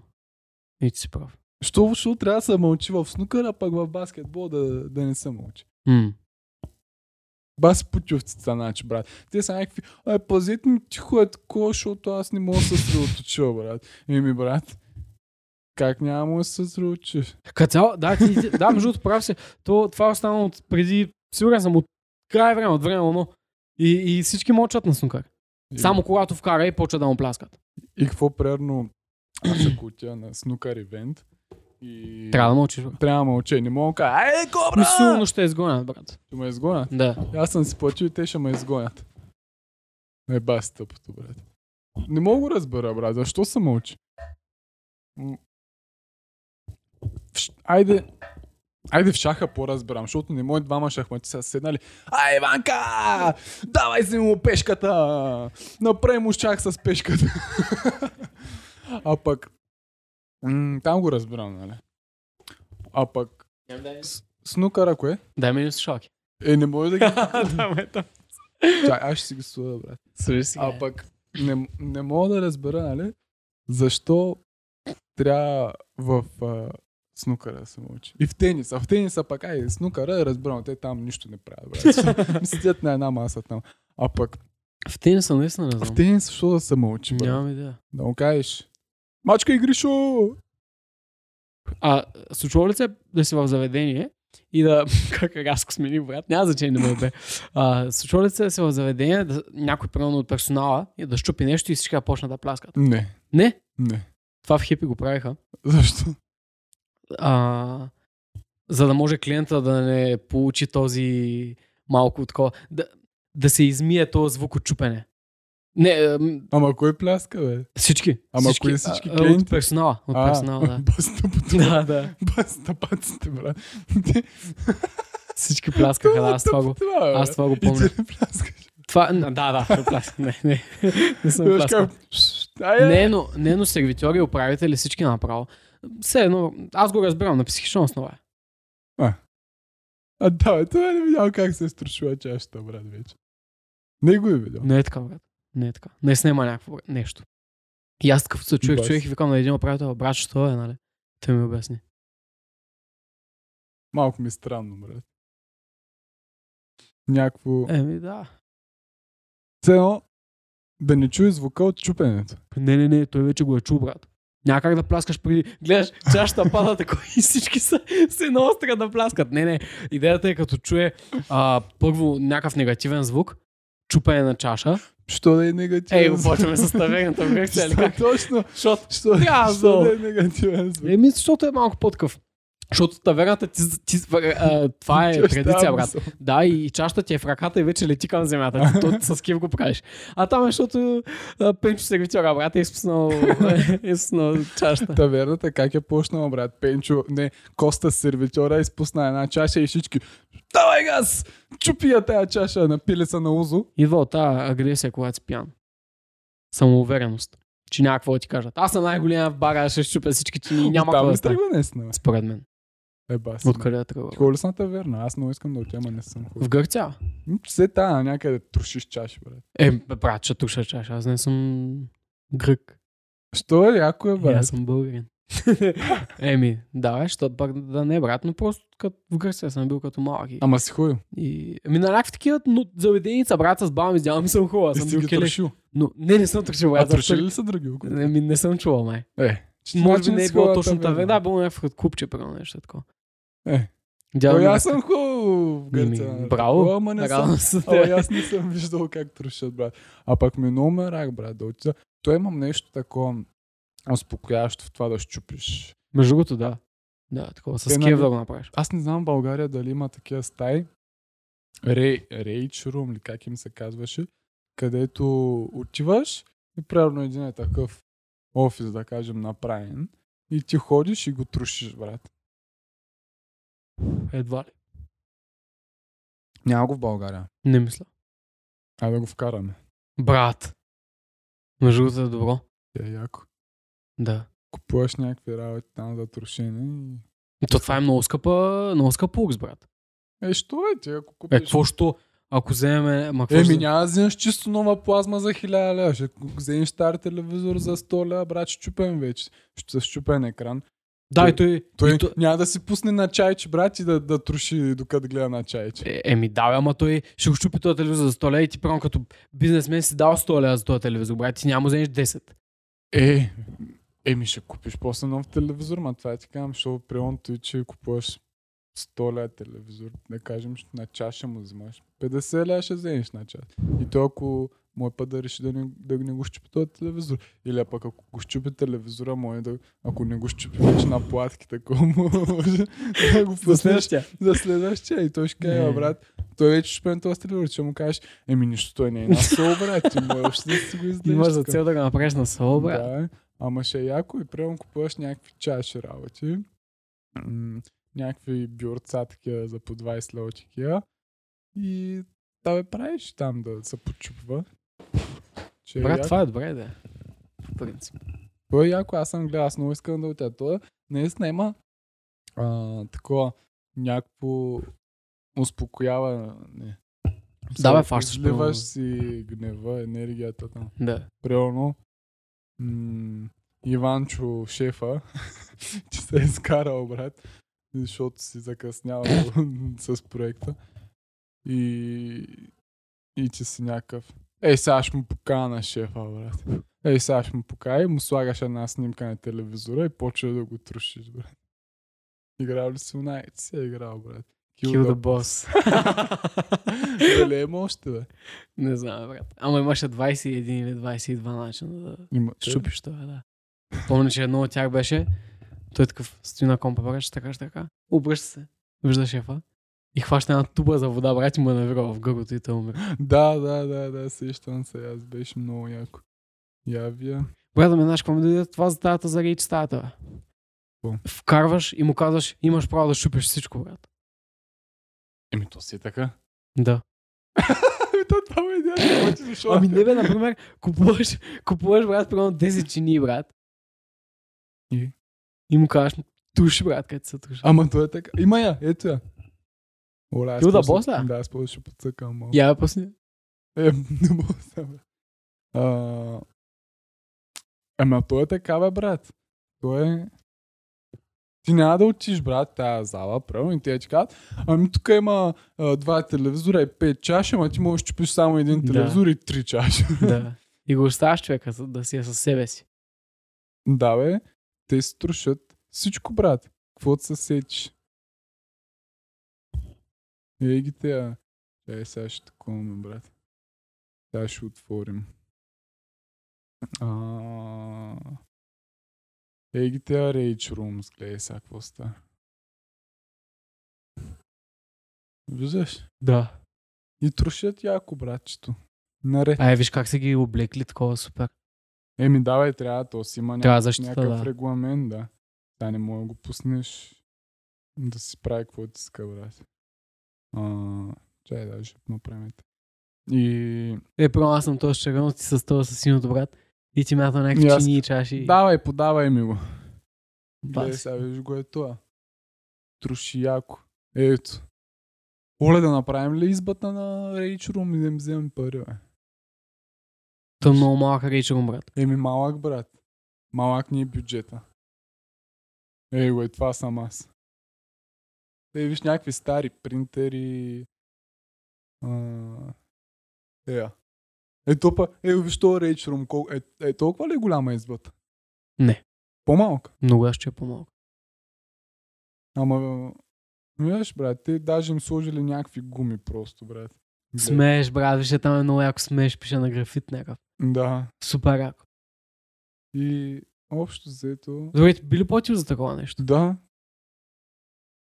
Speaker 2: И ти си прав.
Speaker 1: Що, защо трябва да се мълчи в снукара, а пък в баскетбола да, да не се мълчи?
Speaker 2: М.
Speaker 1: Бас путевците са, значи, брат. Те са някакви, ай, пазете ми тихо е такова, защото аз не мога да се съсредоточа, брат. Еми, брат, как няма да може да се съсредоточиш?
Speaker 2: Като цяло, да, ти, ти- да, между другото, прав си. То, това е останало от преди, сигурен съм, от край време, от време, но и, и всички мълчат на снукар.
Speaker 1: И-
Speaker 2: Само когато вкара и почва да му пляскат.
Speaker 1: И какво, примерно, аз ако отида на снукар ивент и...
Speaker 2: Трябва да мълчиш.
Speaker 1: Трябва да мълча. Не мога да кажа, айде,
Speaker 2: Ми
Speaker 1: кобра!
Speaker 2: сигурно ще изгонят, брат.
Speaker 1: Ще ме изгонят.
Speaker 2: Да.
Speaker 1: Аз съм си платил и те ще ме изгонят. Не ба си тъпото, брат. Не мога да разбера, брат, защо се мълчи? М. В ш- Айде, Айде в шаха по-разбирам, защото не мои двама шахмати са седнали. Ай, Иванка! Давай си му пешката! Направи му шах с пешката. а пък... м, там го разбирам, нали? А пък... с- Снукъра кое?
Speaker 2: Дай ми слушалки.
Speaker 1: Е, не може да ги
Speaker 2: да, ме там.
Speaker 1: Чай, аз ще си ги слуя, брат. А
Speaker 2: Е.
Speaker 1: пък не, не мога да разбера, нали, защо трябва в а, снукъра да се мълчи. И в тениса. В тениса пък, ай, снукъра, разбирам, те там нищо не правят, брат. Мислят на една маса там. А пък
Speaker 2: В тениса наистина не
Speaker 1: в
Speaker 2: знам.
Speaker 1: тенис, защо да се мълчи, брат?
Speaker 2: Нямам идея.
Speaker 1: Да му кажеш, мачка и гришо!
Speaker 2: А, случва ли се да си в заведение и да... Как рязко смених, брат? Няма значение да ме бе. А, случва ли се да си в заведение, да, някой примерно от персонала, и да щупи нещо и всички да почнат да пляскат?
Speaker 1: Не,
Speaker 2: Не,
Speaker 1: не.
Speaker 2: това в хипи го правиха.
Speaker 1: Защо?
Speaker 2: А, за да може клиента да не получи този малко такова... Да, да се измие този звук от чупене. Не, е, м,
Speaker 1: Ама кой пляска, бе?
Speaker 2: всички.
Speaker 1: Ама
Speaker 2: всички,
Speaker 1: кои всички
Speaker 2: а, а, От
Speaker 1: клиенти?
Speaker 2: персонала, от персонала, да.
Speaker 1: Бастапата.
Speaker 2: да, да.
Speaker 1: Бастапаците, брат.
Speaker 2: Всички пляскаха, да, аз това го,
Speaker 1: Това, бе.
Speaker 2: аз това го
Speaker 1: И
Speaker 2: помня.
Speaker 1: ти не пляскаш.
Speaker 2: Това, да, да, пляска. не, не, не съм
Speaker 1: Виж
Speaker 2: пляскал.
Speaker 1: как... Ай,
Speaker 2: Не, но, не, но сервитьори, управители, всички направо. Все едно, аз го разбирам, на психична основа е.
Speaker 1: А да, бе, това не видял как се е струшила чашата, брат, вече. Не го е видял.
Speaker 2: Не е така, брат. Не е така. Не снема някакво брат, нещо. И аз такъв се чуех,
Speaker 1: Бас.
Speaker 2: чуех и викам на един управител, брат, що е, нали? Той ми обясни.
Speaker 1: Малко ми е странно, брат. Някакво...
Speaker 2: Еми, Е, да.
Speaker 1: Все едно да не чуе звука от чупенето.
Speaker 2: Не, не, не, той вече го е чул, брат. Няма как да пласкаш преди. Гледаш, чашата пада така и всички са се наострят да пласкат. Не, не. Идеята е като чуе а, първо някакъв негативен звук, чупене на чаша.
Speaker 1: Що да е негативен?
Speaker 2: Ей, го
Speaker 1: звук?
Speaker 2: почваме с тавената в грекция, или
Speaker 1: Що
Speaker 2: как?
Speaker 1: Точно.
Speaker 2: Защото
Speaker 1: Що,
Speaker 2: Трябва
Speaker 1: що
Speaker 2: да.
Speaker 1: да е негативен звук?
Speaker 2: Еми, защото е малко по-такъв. Защото таверната ти, ти а, това е
Speaker 1: Чаш,
Speaker 2: традиция,
Speaker 1: става
Speaker 2: брат.
Speaker 1: мисъл.
Speaker 2: Да, и чашата ти е в ръката и вече лети към земята. Ти то с кив го правиш. А там е, защото а, Пенчо сервитьора, брат, е изпуснал, е изпуснал чашата.
Speaker 1: Таверната как е почнала, брат? Пенчо, не, Коста сервитьора изпусна една чаша и всички Давай газ! Чупи я тая чаша! Напили са на узо.
Speaker 2: Идва от тази агресия, когато си пиян. Самоувереност. Че няма какво да ти кажат. Аз съм най-голям в бара, ще щупя всички чини и няма
Speaker 1: Оттам
Speaker 2: какво
Speaker 1: ли
Speaker 2: да стане.
Speaker 1: тръгва наистина? бе?
Speaker 2: Според мен.
Speaker 1: Е, баси.
Speaker 2: Откъде да тръгва?
Speaker 1: Ходи ли си на таверна? Аз много искам да отида, ама не съм
Speaker 2: В
Speaker 1: ходил.
Speaker 2: Гърция?
Speaker 1: М, Все тая някъде трошиш чаши, брат.
Speaker 2: Е, брат, ще туша чаша. Аз не съм грък.
Speaker 1: Що е яко е,
Speaker 2: И
Speaker 1: брат?
Speaker 2: Аз съм българин. Еми, да, бе, що пък да не, брат, но просто като в Гърция съм бил като малък. И,
Speaker 1: Ама си ходил.
Speaker 2: и, ами на някакви такива но, заведеница, брат, с баба ми, с дядо ми съм хубава.
Speaker 1: И
Speaker 2: Съм
Speaker 1: си
Speaker 2: бил
Speaker 1: ги
Speaker 2: келеш.
Speaker 1: трошил.
Speaker 2: Но не, не съм трошил.
Speaker 1: А
Speaker 2: брат, аз
Speaker 1: трошили
Speaker 2: съм-
Speaker 1: ли са други около?
Speaker 2: Еми, не съм чувал, май.
Speaker 1: Е.
Speaker 2: Може
Speaker 1: значи
Speaker 2: би не е
Speaker 1: си
Speaker 2: било
Speaker 1: ходила
Speaker 2: точно
Speaker 1: таверна.
Speaker 2: таве. Да, било някакъв клубче, примерно нещо такова.
Speaker 1: Е.
Speaker 2: Дядо
Speaker 1: Ой,
Speaker 2: ми
Speaker 1: аз
Speaker 2: бе-
Speaker 1: съм хубав в Гърция.
Speaker 2: Еми,
Speaker 1: нали?
Speaker 2: браво.
Speaker 1: Такова, Ама не съм.
Speaker 2: Радвам се.
Speaker 1: Ама и
Speaker 2: да.
Speaker 1: аз не съм виждал как трошат, брат. А пък ми е много мерак, брат, да отида. Той имам нещо такова успокояващо в това да щупиш.
Speaker 2: Между другото, да. Да, такова. С
Speaker 1: Те,
Speaker 2: кев
Speaker 1: нали-
Speaker 2: да го направиш.
Speaker 1: Аз не знам в България дали има такива стаи. Рей, рейч рум, или как им се казваше, където отиваш и правилно един е такъв офис, да кажем, направен. И ти ходиш и го трошиш, брат.
Speaker 2: Едва ли.
Speaker 1: Няма го в България.
Speaker 2: Не мисля.
Speaker 1: Айде да го вкараме.
Speaker 2: Брат. Между другото е добро.
Speaker 1: Тя е яко.
Speaker 2: Да.
Speaker 1: Купуваш някакви работи там за трошене и...
Speaker 2: И То това е много скъпа, много скъп лукс, брат.
Speaker 1: Е, що е ти, ако
Speaker 2: Е,
Speaker 1: купиш...
Speaker 2: какво що, ако вземем... Ма, какво ще-
Speaker 1: Еми, няма да вземеш чисто нова плазма за 1000 лева. Ще вземеш стар телевизор за 100 лева, брат, ще чупен вече. Ще се щупен екран.
Speaker 2: Да, и той...
Speaker 1: Той
Speaker 2: и то-
Speaker 1: няма да си пусне на чайче, брат, и да, да троши докато гледа на чайче.
Speaker 2: Е, Еми, да, бе, ама той ще го щупи този телевизор за 100 лева и ти, прямо като бизнесмен си дал 100 лева за този телевизор, брат, ти няма да вземеш 10.
Speaker 1: Е, еми ще купиш после нов телевизор, ма това е ти казвам, защото примерно той, че купуваш 100 лева телевизор, да кажем, ще на чаша му взимаш. 50 лева ще вземеш на чаш. И то ако мой път да реши да не, да не го щупи този телевизор. Или а пък ако го щупи телевизора, може да, ако не го щупи вече на платки, такова може да го пуснеш за следващия. И той ще каже,
Speaker 2: Не.
Speaker 1: "А, брат, той вече щупен този телевизор, ще му кажеш, еми нищо, той не е на сол, брат, ти можеш да си го издържиш.
Speaker 2: Имаш за
Speaker 1: така."
Speaker 2: цел да го направиш на соло, брат.
Speaker 1: Да, ама ще е яко и прямо купуваш някакви чаши работи. М, някакви бюрца такива за по 20 лева такива. И да бе правиш там да се почупва. Че е
Speaker 2: Брат,
Speaker 1: яко.
Speaker 2: това е добре, да. По принцип.
Speaker 1: То е яко, аз съм гледал, аз много искам да отида. То е, наистина има а, такова някакво успокояване.
Speaker 2: Да, бе,
Speaker 1: Се
Speaker 2: фащаш,
Speaker 1: изливаш си гнева, енергията там.
Speaker 2: Да.
Speaker 1: Примерно, м- Иванчо, шефа, че се е изкарал, брат, защото си закъснял с проекта. И, и че си някакъв. Ей, сега ще му покая на шефа, брат. Ей, сега ще му покая и му слагаш една снимка на телевизора и почва да го трошиш, брат. Играл ли си унай? Си е играл, брат.
Speaker 2: Kill the boss.
Speaker 1: Дали е още, бе?
Speaker 2: Не знам, брат. Ама имаше 21 или 22 начина да
Speaker 1: Има.
Speaker 2: щупиш това, да. Помня, че едно от тях е беше, той такъв стои на компа, брат, ще така, ще така. Обръща се, вижда шефа, И хваща една туба за вода, брат, и му я навира в гърлото и те умира.
Speaker 1: Да, да, да, да, сещам се. Аз беше много яко. Явия.
Speaker 2: Брат, да ме знаеш какво ми дойде това за тата за рейч стаята. бе?
Speaker 1: Какво?
Speaker 2: Вкарваш и му казваш, имаш право да щупиш всичко, брат.
Speaker 1: Еми, то си е така.
Speaker 2: Да.
Speaker 1: Ами, то това ме идея. Ти защо?
Speaker 2: Ами не бе, например, купуваш, купуваш брат, примерно 10 чини, брат.
Speaker 1: И?
Speaker 2: И му казваш, туши, брат, където се туша.
Speaker 1: Ама то е така. Има я, ето я. Оля, аз
Speaker 2: Ти удабос
Speaker 1: после-
Speaker 2: ли?
Speaker 1: Да, аз после ще подсъкам малко.
Speaker 2: Я я пусни.
Speaker 1: Е, не мога сега. бе. А, Ама то е така, бе, брат. То е... Ти няма да отиш, брат, тая зала, правилно, и те ти казват, ами тук има а, два телевизора и пет чаша, ама ти можеш да чупиш само един
Speaker 2: Да.
Speaker 1: телевизор и три чаши.
Speaker 2: да. И го оставаш човека за- да си е със себе си.
Speaker 1: да, бе, те си трушат всичко, брат. Каквото се сечеш. Ей ги те, Ей, сега ще таковаме, брат. Сега ще отворим. А... Ей ги те, Rage Rooms, гледай сега какво става. Виждаш?
Speaker 2: Да.
Speaker 1: И трушат яко, братчето. Наред.
Speaker 2: А е, виж как са ги облекли такова супер.
Speaker 1: Еми, давай, трябва, то си има
Speaker 2: Трябва защита,
Speaker 1: някакъв
Speaker 2: да.
Speaker 1: регламент, да. Да, не мога да го пуснеш да си прави каквото иска, брат. А, чай, да, ще направим. И...
Speaker 2: Е, първо аз съм този с червено, ти с този с синото, брат. И ти мята
Speaker 1: И
Speaker 2: някакви
Speaker 1: аз-
Speaker 2: чини и чаши.
Speaker 1: Давай, подавай ми го.
Speaker 2: Бас.
Speaker 1: Гледай, сега виж го е това. Труши яко. Ето. Оле, да направим ли избата на Rage Room и да им вземем пари, бе?
Speaker 2: То е много малък рейчерум, брат.
Speaker 1: Еми, малък, брат. Малък ни е бюджета. Ей, го, е, това съм аз. Ей, виж някакви стари принтери. А... Ея. Е, то па, е, виж то Rage Room. Кол... Е, е, толкова ли е голяма избата?
Speaker 2: Не.
Speaker 1: По-малка.
Speaker 2: Много аз ще е по-малък.
Speaker 1: Ама, виж, брат, те даже им сложили някакви гуми просто, брат. Гледай.
Speaker 2: Смееш, брат, виж, е там е много яко смееш, пише на графит някакъв.
Speaker 1: Да.
Speaker 2: Супер яко.
Speaker 1: И общо взето...
Speaker 2: Добре, ти би ли платил за такова нещо?
Speaker 1: Да.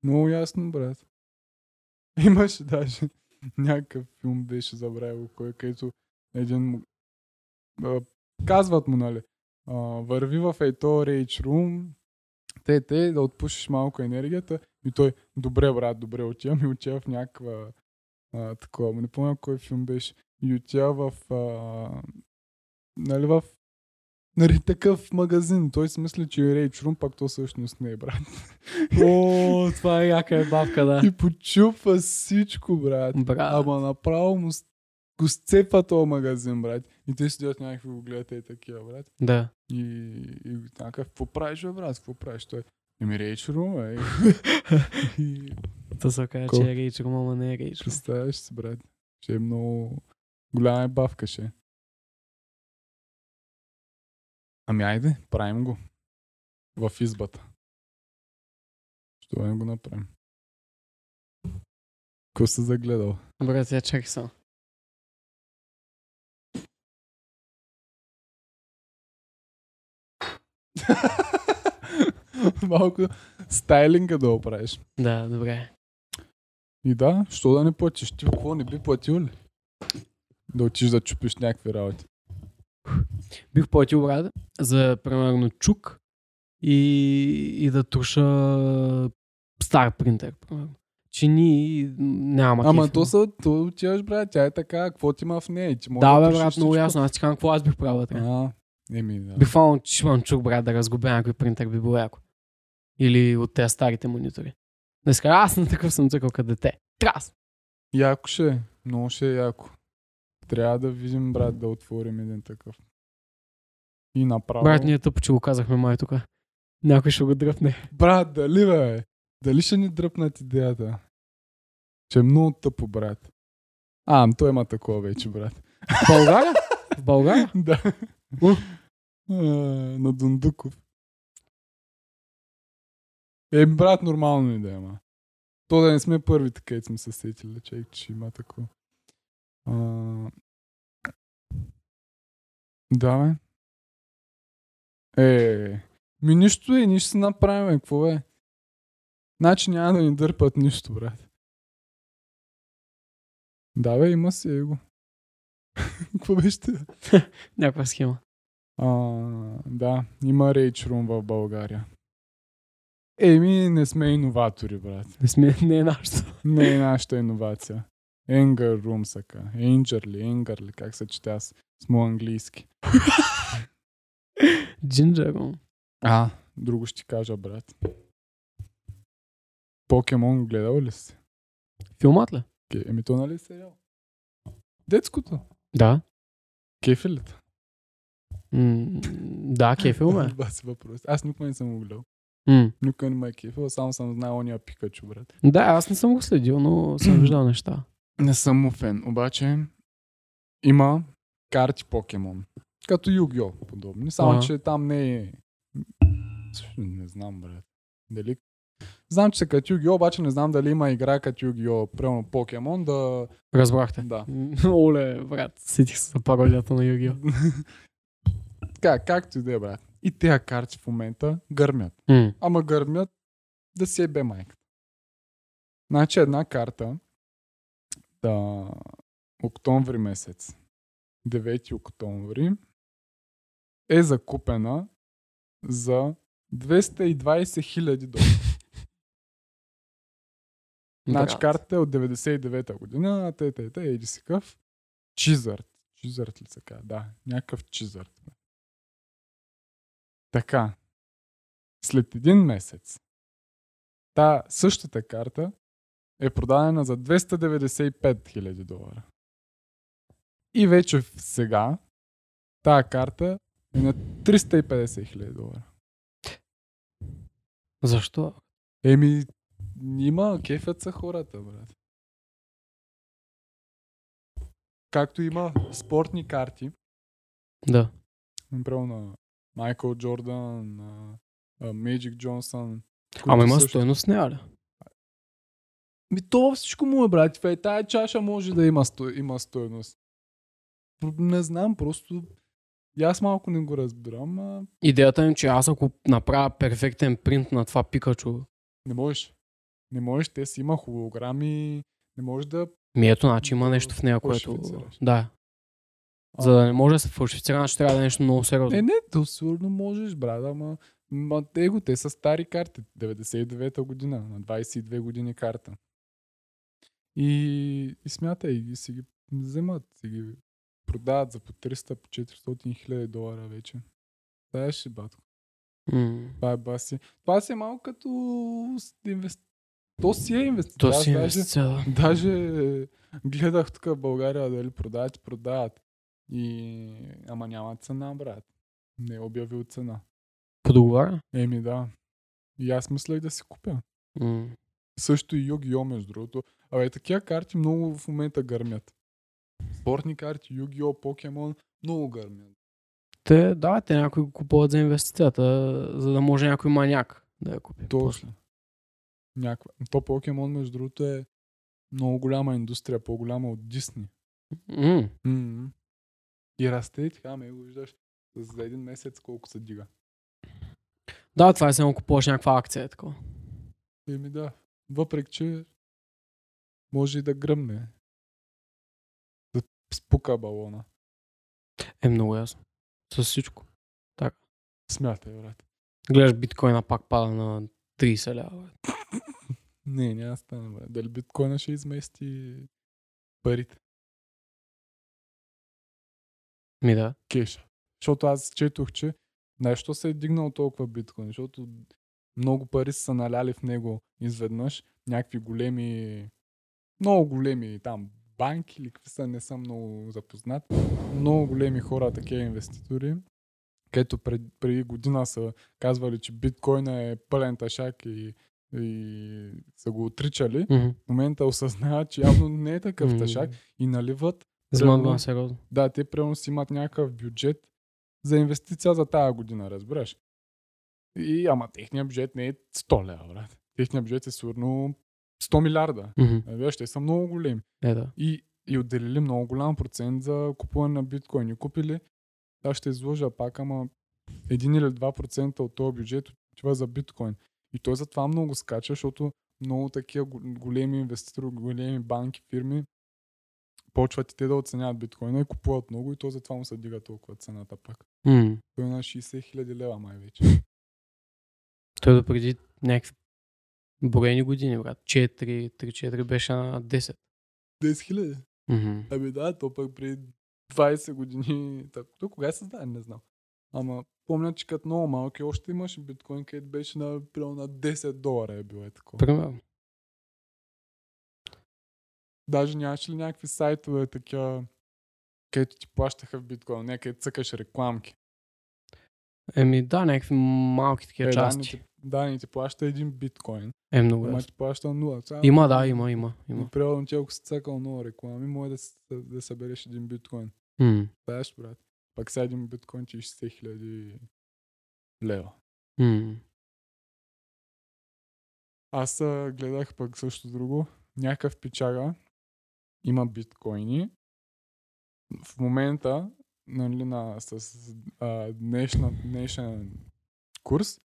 Speaker 1: Много ясно, брат. Имаше даже някакъв филм беше забравил, кой, където един му... а, Казват му, нали, а, върви в ето Rage Room, те, те, да отпушиш малко енергията. И той, добре, брат, добре, отивам и отива в някаква а, такова. ама Не помня кой филм беше. И отива в... А, нали, в Нали, такъв магазин. Той си мисли, че е Rage Room, пак то всъщност не е, брат.
Speaker 2: О, това е яка е бабка, да.
Speaker 1: И почупва всичко, брат.
Speaker 2: Брат.
Speaker 1: Ама направо му с- го сцепва този магазин, брат. И те седят някакви го гледат и такива, брат.
Speaker 2: Да.
Speaker 1: И, и някакъв, какво правиш, бе, брат? Какво правиш? Той, еми Rage Room, е. и,
Speaker 2: То се окаже,
Speaker 1: Кол-
Speaker 2: че е рейчерум, ама не е рейчерум.
Speaker 1: представяш си, брат. Ще е много... Голяма е бавка ще. е. Ами айде, правим го. В избата. Що да не го направим? Ко се загледал?
Speaker 2: Брат, сега чакай само.
Speaker 1: Малко стайлинга да оправиш.
Speaker 2: Да, добре.
Speaker 1: И да, що да не платиш? Ти какво не би платил ли? Да отиш да чупиш някакви работи.
Speaker 2: Бих платил, брат, за примерно чук и, и да труша стар принтер, примерно. Чини и няма
Speaker 1: Ама
Speaker 2: кеф,
Speaker 1: то, са, то отиваш, брат, тя е така, какво ти има в нея? И Ти може
Speaker 2: Да, бе,
Speaker 1: трошиш
Speaker 2: брат, много
Speaker 1: всичко.
Speaker 2: ясно. Аз ти казвам какво аз бих правил вътре.
Speaker 1: А, еми, да.
Speaker 2: Бих фанал чуванчук, брат, да разгубя някой принтер, би било яко. Или от тези старите монитори. Не ска, аз на такъв съм цъкал като дете. Трас!
Speaker 1: Яко ще е. Много ще е яко. Трябва да видим, брат, да отворим един такъв. И направо.
Speaker 2: Брат, ние тъпо, че го казахме май тук. Някой ще го дръпне.
Speaker 1: брат дали бе? Дали ще ни дръпнат идеята? Че е много тъпо, брат. А, ам, той има такова вече, брат.
Speaker 2: В България? В България?
Speaker 1: да.
Speaker 2: У.
Speaker 1: А, На Дундуков. Е, брат, нормално ни да има. То да не сме първите, където сме се сетили, че, че има такова. А... Да, бе. Е, ми нищо е, ние ще се направим, какво е? Значи няма да ни дърпат нищо, брат. Да, бе, има си его. Какво беше? те?
Speaker 2: Някаква схема.
Speaker 1: А, да, има рейч рум в България. Еми, не сме иноватори, брат.
Speaker 2: Не, сме, не е нашето.
Speaker 1: Не е нашата иновация. Anger Room сака. Angerly, Angerly, как се чете аз с моят английски.
Speaker 2: Джинджер. бе.
Speaker 1: А, друго ще ти кажа, брат. Покемон гледал ли си?
Speaker 2: Филмат ли?
Speaker 1: Ке- Еми то нали е сериал? Детското.
Speaker 2: Да.
Speaker 1: Кефи ли? те?
Speaker 2: М-
Speaker 1: Е,
Speaker 2: да, кефил ме.
Speaker 1: Това си въпрос. Аз никога не съм го гледал.
Speaker 2: М.
Speaker 1: Никога не ме е кефил, само съм знал ония Пикачу, брат.
Speaker 2: Да, аз не съм го следил, но съм виждал неща.
Speaker 1: Не съм му фен, обаче има карти Покемон. Като Югио подобни, само
Speaker 2: Ага.
Speaker 1: че там не е... Също Не знам, брат. Дали... Знам, че са като Югио, обаче не знам дали има игра като Югио, примерно Покемон, да...
Speaker 2: Разбрахте.
Speaker 1: да.
Speaker 2: М, Оле, брат, сетих се за паролята на Югио.
Speaker 1: Така, както и да е, брат. И тези карти в момента гърмят.
Speaker 2: М,
Speaker 1: Ама гърмят да си ебе майка. Значи една карта да, октомври месец, 9 октомври, е закупена за 220 хиляди долара. Значи
Speaker 2: брат.
Speaker 1: картата е от 99-та година, те, те, те, еди си къв. Чизърт. Чизърт ли се казва? Да, някакъв чизърт. Така. След един месец та същата карта е продадена за 295 000 долара. И вече в- сега тая карта е на 350 000 долара.
Speaker 2: Защо?
Speaker 1: Еми, има, кефят са хората, брат. Както има спортни карти,
Speaker 2: Да.
Speaker 1: направо на Майкъл Джордан, на а, Меджик Джонсън. които
Speaker 2: Ама има
Speaker 1: също-
Speaker 2: стойност, няма ли?
Speaker 1: Ми то всичко му е, брат. Това е тая чаша може да има, сто... има стойност. П- Не знам, просто... И аз малко не го разбирам, а
Speaker 2: Идеята им, че аз ако направя перфектен принт на това Пикачу,
Speaker 1: не можеш. Не можеш, те си има холограми, не можеш да...
Speaker 2: ми ето, значи има нещо в нея, което...
Speaker 1: Фалшифицираш.
Speaker 2: Да. За да не може да се фалшифицира, значи трябва да е нещо много
Speaker 1: Не,
Speaker 2: сериозно.
Speaker 1: не, то сигурно можеш, брат, ама... Ма, те го, те са стари карти. 99-та година, на 22 години карта. И, и смятай, и си ги вземат, си ги продават за по 300, по 400 хиляди долара вече. Тая ще батко.
Speaker 2: М,
Speaker 1: Това е баси. Това си е малко като с- инвест... То си е инвестиция.
Speaker 2: То
Speaker 1: Аз
Speaker 2: си
Speaker 1: даже,
Speaker 2: инвестиция, да.
Speaker 1: даже гледах тук в България дали продават, и продават. И... Ама няма цена, брат. Не е обявил цена.
Speaker 2: По договора?
Speaker 1: Еми да. И аз мислех да си купя.
Speaker 2: М,
Speaker 1: Също и Югио, между другото. Абе, такива карти много в момента гърмят. Спортни карти, Югио, Покемон, много гърмят.
Speaker 2: Те, да, те някои го купуват за инвестицията, за да може някой маняк да я купи. после.
Speaker 1: Точно. Някаква. То Покемон, между другото, е много голяма индустрия, по-голяма от Дисни.
Speaker 2: М,
Speaker 1: Mm-hmm. И расте и така, ме го виждаш за един месец колко се дига.
Speaker 2: Да, това е само купуваш някаква акция. е Такова.
Speaker 1: Еми да, въпреки че може и да гръмне. Да спука балона.
Speaker 2: Е много ясно. С всичко.
Speaker 1: Смятай, брат.
Speaker 2: Гледаш биткоина пак пада на 30 лева. бе.
Speaker 1: Не, няма да стане, брат. Дали биткоина ще измести парите?
Speaker 2: Ми да.
Speaker 1: кеша. Защото аз четох, че нещо се е дигнал толкова биткоин, защото много пари са наляли в него изведнъж. Някакви големи, много големи там банки или какви са, не съм много запознат. Много големи хора, такива инвеститори, където пред, преди година са казвали, че биткоина е пълен ташак и, и са го отричали.
Speaker 2: Мгм.
Speaker 1: В момента осъзнават, че явно не е такъв ташак и наливат
Speaker 2: Измъдвам
Speaker 1: Реално.
Speaker 2: сериозно.
Speaker 1: да, те примерно си имат някакъв бюджет за инвестиция за тая година, разбираш? И, ама техният бюджет не е 100 лева, брат. Техният бюджет е сигурно 100 милиарда.
Speaker 2: Мгм.
Speaker 1: Виж, те са много големи.
Speaker 2: Е, да.
Speaker 1: И, и отделили много голям процент за купуване на биткоини. Купили, аз ще изложа пак, ама 1 или 2% от този бюджет отива за биткоин. И той затова много скача, защото много такива гол- големи инвеститори, големи банки, фирми почват и те да оценяват биткоина и купуват много и то затова му се дига толкова цената пак.
Speaker 2: М.
Speaker 1: Той е на 60 хиляди лева май вече.
Speaker 2: Той до преди някакви броени години, брат. 4, 3-4 беше на 10.
Speaker 1: 10 хиляди?
Speaker 2: Мгм.
Speaker 1: Ами да, то пък при 20 години. Так, то кога е създаден, не знам. Ама помня, че като много малки още имаше биткоин, където беше на, примерно на 10 долара е било е такова.
Speaker 2: Примерно.
Speaker 1: Даже нямаше ли някакви сайтове такива, където ти плащаха в биткоин, някъде цъкаш рекламки.
Speaker 2: Еми да, някакви малки такива
Speaker 1: Е,
Speaker 2: части.
Speaker 1: данните, данните плаща един биткоин,
Speaker 2: Е, много
Speaker 1: ама
Speaker 2: ясно.
Speaker 1: ти плаща нула. Сега,
Speaker 2: Има, да, има, има.
Speaker 1: Но
Speaker 2: има.
Speaker 1: примерно ти ако си цъкал много реклами, може да, с- да събереш един биткоин.
Speaker 2: М.
Speaker 1: Знаеш, брат. Пак сега един биткоин ти е 60 хиляди лева.
Speaker 2: М.
Speaker 1: Аз а, гледах пък също друго. Някакъв пичага има биткоини. В момента, нали, на, с а, днешна, днешен курс,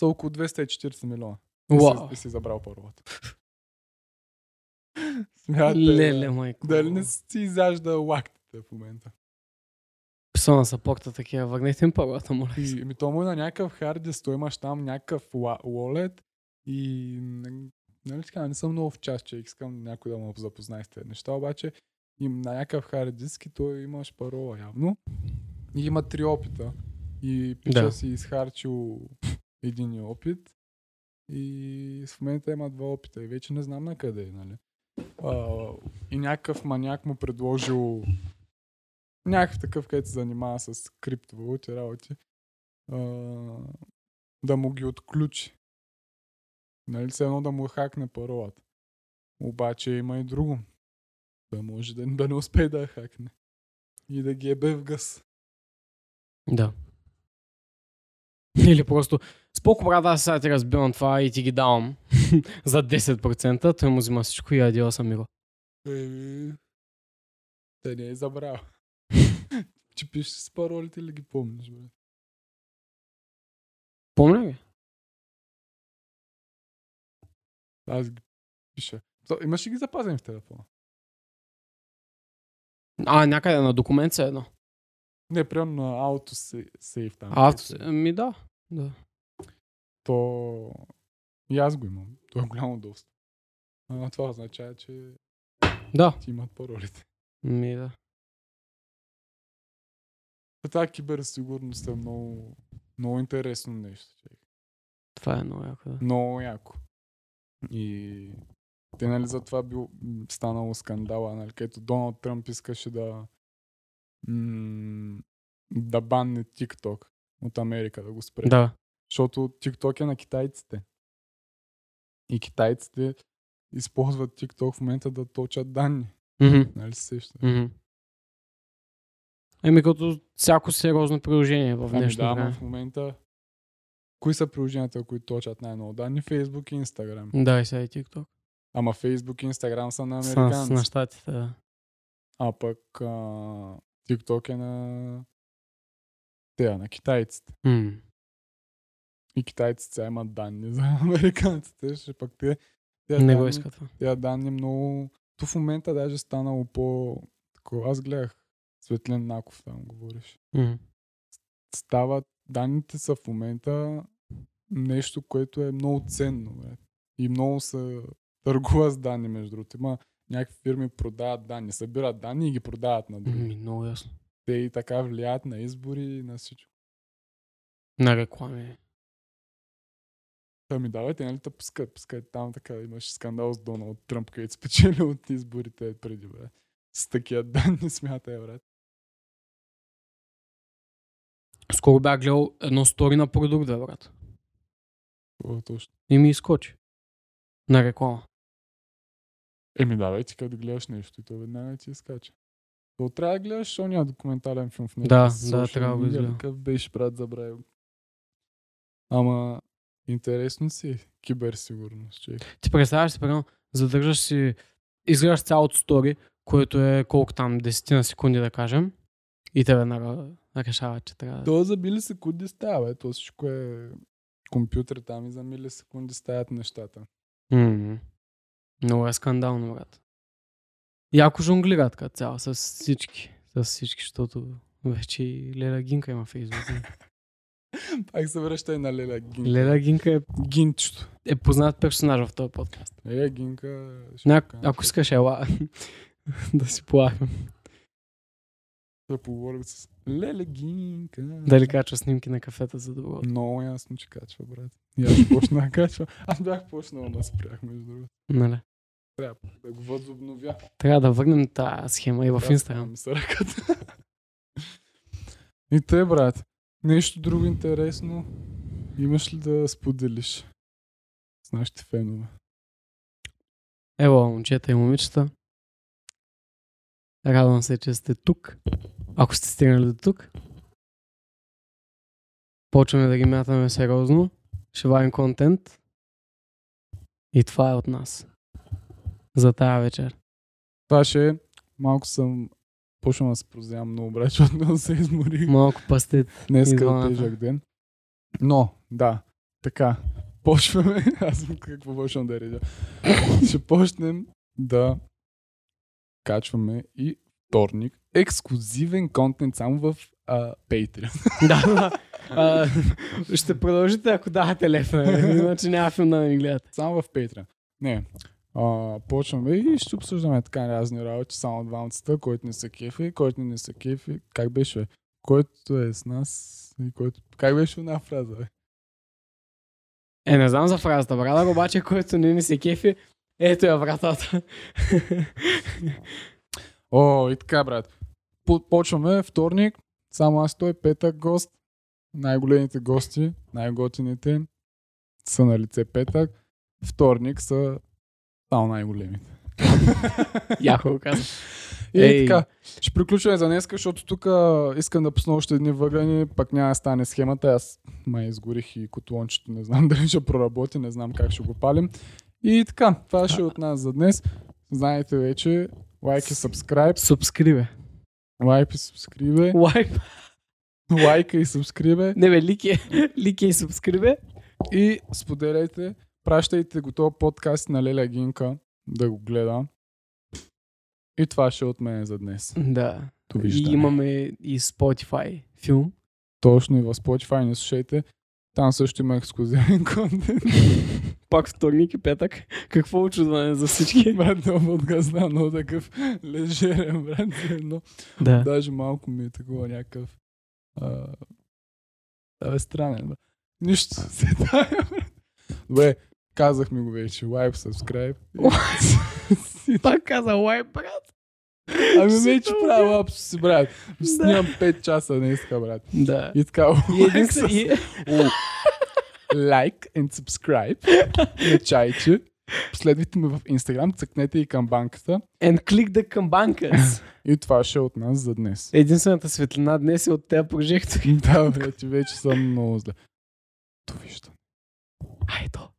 Speaker 1: са около 240 милиона. И
Speaker 2: Уау.
Speaker 1: си, и си забрал първата. Смятай.
Speaker 2: Леле, майко.
Speaker 1: Е, Дали не си изяжда лактите в момента?
Speaker 2: Писал на сапорта такива. Върнете им първата, моля.
Speaker 1: И, ми то му е на някакъв хард диск, той имаш там някакъв ла- wallet и н- нали така, не съм много в част, че искам някой да му запознае с тези неща, обаче им на някакъв хард диск и той имаш парола явно. И има три опита. И пича
Speaker 2: Да.
Speaker 1: си изхарчил един опит и в момента има два опита и вече не знам на къде е, нали? А, и някакъв маняк му предложил някакъв такъв, където се занимава с криптовалути работи, а, да му ги отключи. Нали, все едно да му хакне паролата. Обаче има и друго. Да може да, да не успее да я хакне. И да ги ебе в гъс.
Speaker 2: Да. Или просто, споко брат, аз сега ти разбивам това и ти ги давам за 10%, той му взима всичко и адиос, амиго.
Speaker 1: Еми, Те не е забрал. Ти пишеш с паролите или ги помниш, бе?
Speaker 2: Помня ли?
Speaker 1: Аз ги пиша. То, имаш ли ги запазени в телефона?
Speaker 2: А, някъде на документ се едно.
Speaker 1: Не, примерно на AutoSave там.
Speaker 2: А,
Speaker 1: където е.
Speaker 2: ми да. да.
Speaker 1: То... И аз го имам. То е голямо доста. А, това означава, че
Speaker 2: Да,
Speaker 1: ти имат паролите.
Speaker 2: ми да.
Speaker 1: Та Та киберсигурност е много, много интересно нещо. Човек.
Speaker 2: Това е много яко. Да.
Speaker 1: Много яко. И те нали за това бил м, станало скандала, нали, където Доналд Тръмп искаше да м- да банне TikTok от Америка, да го спре.
Speaker 2: да.
Speaker 1: Защото TikTok е на китайците. И китайците използват TikTok в момента да точат данни.
Speaker 2: Мгм,
Speaker 1: Нали се сещаш?
Speaker 2: мгм. Еми като всяко сериозно приложение в
Speaker 1: Ами да,
Speaker 2: днешно
Speaker 1: ама
Speaker 2: време.
Speaker 1: в момента кои са приложенията, които точат най-много данни? Facebook и Instagram.
Speaker 2: Да, и сега и TikTok.
Speaker 1: Ама Facebook и Instagram са на
Speaker 2: С,
Speaker 1: американци.
Speaker 2: с на щатите, да.
Speaker 1: А пък а, TikTok е на те, на китайците.
Speaker 2: М.
Speaker 1: И китайците сега имат данни за американците, ще пък те, те
Speaker 2: Не
Speaker 1: данни,
Speaker 2: го иска това.
Speaker 1: Тя данни много... То в момента даже станало по... Такова. Аз гледах Светлин Наков там говориш.
Speaker 2: М.
Speaker 1: Стават... Данните са в момента нещо, което е много ценно. Бе. И много се търгува с данни, между другото. Има някакви фирми продават данни, събират данни и ги продават на други.
Speaker 2: Ми, Ами, много ясно.
Speaker 1: Те и така влияят на избори и на всичко.
Speaker 2: На реклами.
Speaker 1: Ами давайте, нали те пускат, пускат там така, имаш скандал с Доналд Тръмп, където спечели от изборите преди, бе. С такива данни смятай, брат.
Speaker 2: Скоро бях гледал едно стори на продукт, бе, брат.
Speaker 1: Какво точно?
Speaker 2: И ми изкочи. На реклама.
Speaker 1: Еми да, бе, ти като гледаш нещо и то веднага ти изкача. То трябва да гледаш ония документален филм в
Speaker 2: Да,
Speaker 1: с
Speaker 2: да,
Speaker 1: Social
Speaker 2: трябва да го
Speaker 1: Media,
Speaker 2: изгледам.
Speaker 1: Какъв беше, брат, забравил. Ама, интересно си е киберсигурност, човек.
Speaker 2: Ти представяш си, примерно, задържаш си, изгледаш цялото стори, което е колко там, десетина секунди да кажем, и те веднага решава, че трябва да...
Speaker 1: То за милисекунди става, бе. То всичко е компютър там и за милисекунди стават нещата.
Speaker 2: М. Много е скандално, брат. Яко жонглира така цяло с всички. С всички, защото вече и Леля Гинка има фейсбук. не?
Speaker 1: Пак се връща и на Леля Гинка.
Speaker 2: Леля Гинка е,
Speaker 1: Гинчето.
Speaker 2: е познат персонаж в този подкаст.
Speaker 1: Леля Гинка... ще
Speaker 2: Ня...
Speaker 1: покажа.
Speaker 2: Ако искаш, ела да си полагам.
Speaker 1: Да поговорим с Леля Гинка.
Speaker 2: Дали качва снимки на кафета за друго.
Speaker 1: Много ясно, че качва, брат. И аз почнах да качва. Аз бях почнал да спрях, между другото.
Speaker 2: Нали?
Speaker 1: Да го възобновя.
Speaker 2: Трябва да върнем тази схема и в
Speaker 1: Аз
Speaker 2: Инстаграм.
Speaker 1: ставам с ръката. И те, брат. Нещо друго интересно имаш ли да споделиш с нашите фенове?
Speaker 2: Ево, момчета и момичета. Радвам се, че сте тук. Ако сте стигнали до тук, почваме да ги мятаме сериозно. Ще вадим контент. И това е от нас. За тая вечер.
Speaker 1: Това ще е... Малко съм... Почвам да се прозявам много, брат, защото много се е изморих.
Speaker 2: Малко пастит.
Speaker 1: Днес е
Speaker 2: Извъната.
Speaker 1: тежък ден. Но, да, така. Почваме. Аз какво почвам да реда. Ще почнем да качваме и вторник. Ексклюзивен контент само в а, Patreon.
Speaker 2: да, да. А, ще продължите, ако давате лефа. Иначе няма филм да не ни гледате.
Speaker 1: Само в Patreon. Не. А, почваме и ще обсъждаме така разни работи, само двамцата, който не са кефи, който не са кефи. Как беше? Който е с нас и който... Как беше една фраза? бе?
Speaker 2: Е, не знам за фразата, брат, обаче, който не ни се кефи, ето я вратата.
Speaker 1: О, и така, брат. По- Почваме вторник, само аз той, петък гост. Най-големите гости, най-готините са на лице петък. Вторник са само най-големите.
Speaker 2: Яко го каза.
Speaker 1: И
Speaker 2: Ей.
Speaker 1: така, ще приключваме за днес, защото тук искам да пусна още едни въгъни, пък няма да стане схемата. Аз май изгорих и котлончето, не знам дали ще проработи, не знам как ще го палим. И така, това ще е от нас за днес. Знаете вече, лайк и subscribe,
Speaker 2: Субскрибе.
Speaker 1: лайк и subscribe.
Speaker 2: Лайк.
Speaker 1: лайка и субскрибе
Speaker 2: Не бе, лики, лики е и субскрибе.
Speaker 1: и споделяйте, пращайте го този подкаст на Леля Гинка да го гледа. И това ще е от мен за днес.
Speaker 2: Да.
Speaker 1: Довиждане.
Speaker 2: И имаме и Spotify филм.
Speaker 1: Точно и в Spotify не слушайте. Там също има ексклюзивен контент.
Speaker 2: Пак вторник и петък. Какво очудване за всички.
Speaker 1: брат, да подкаст да, но такъв лежерен, брат. Но
Speaker 2: Да.
Speaker 1: даже малко ми е такова някакъв... А... Абе, странен, брат. Нищо се тая, брат. Добре, казах ми го вече. Лайк, subscribe. И-
Speaker 2: Пак каза лай, брат.
Speaker 1: Ами
Speaker 2: Си
Speaker 1: вече
Speaker 2: толкова.
Speaker 1: правя лапсуси, брат.
Speaker 2: Да.
Speaker 1: Снимам 5 часа днеска, брат.
Speaker 2: Да.
Speaker 1: И така,
Speaker 2: И един са...
Speaker 1: лайк,
Speaker 2: И...
Speaker 1: like and subscribe. Не чайче. Последвайте ме в Instagram, цъкнете и към банката.
Speaker 2: And click the камбанкас.
Speaker 1: И това ще е от нас за днес.
Speaker 2: Единствената светлина днес е от тези прожектори.
Speaker 1: Да, брат, вече съм много зле. Довиждане.
Speaker 2: Айдо.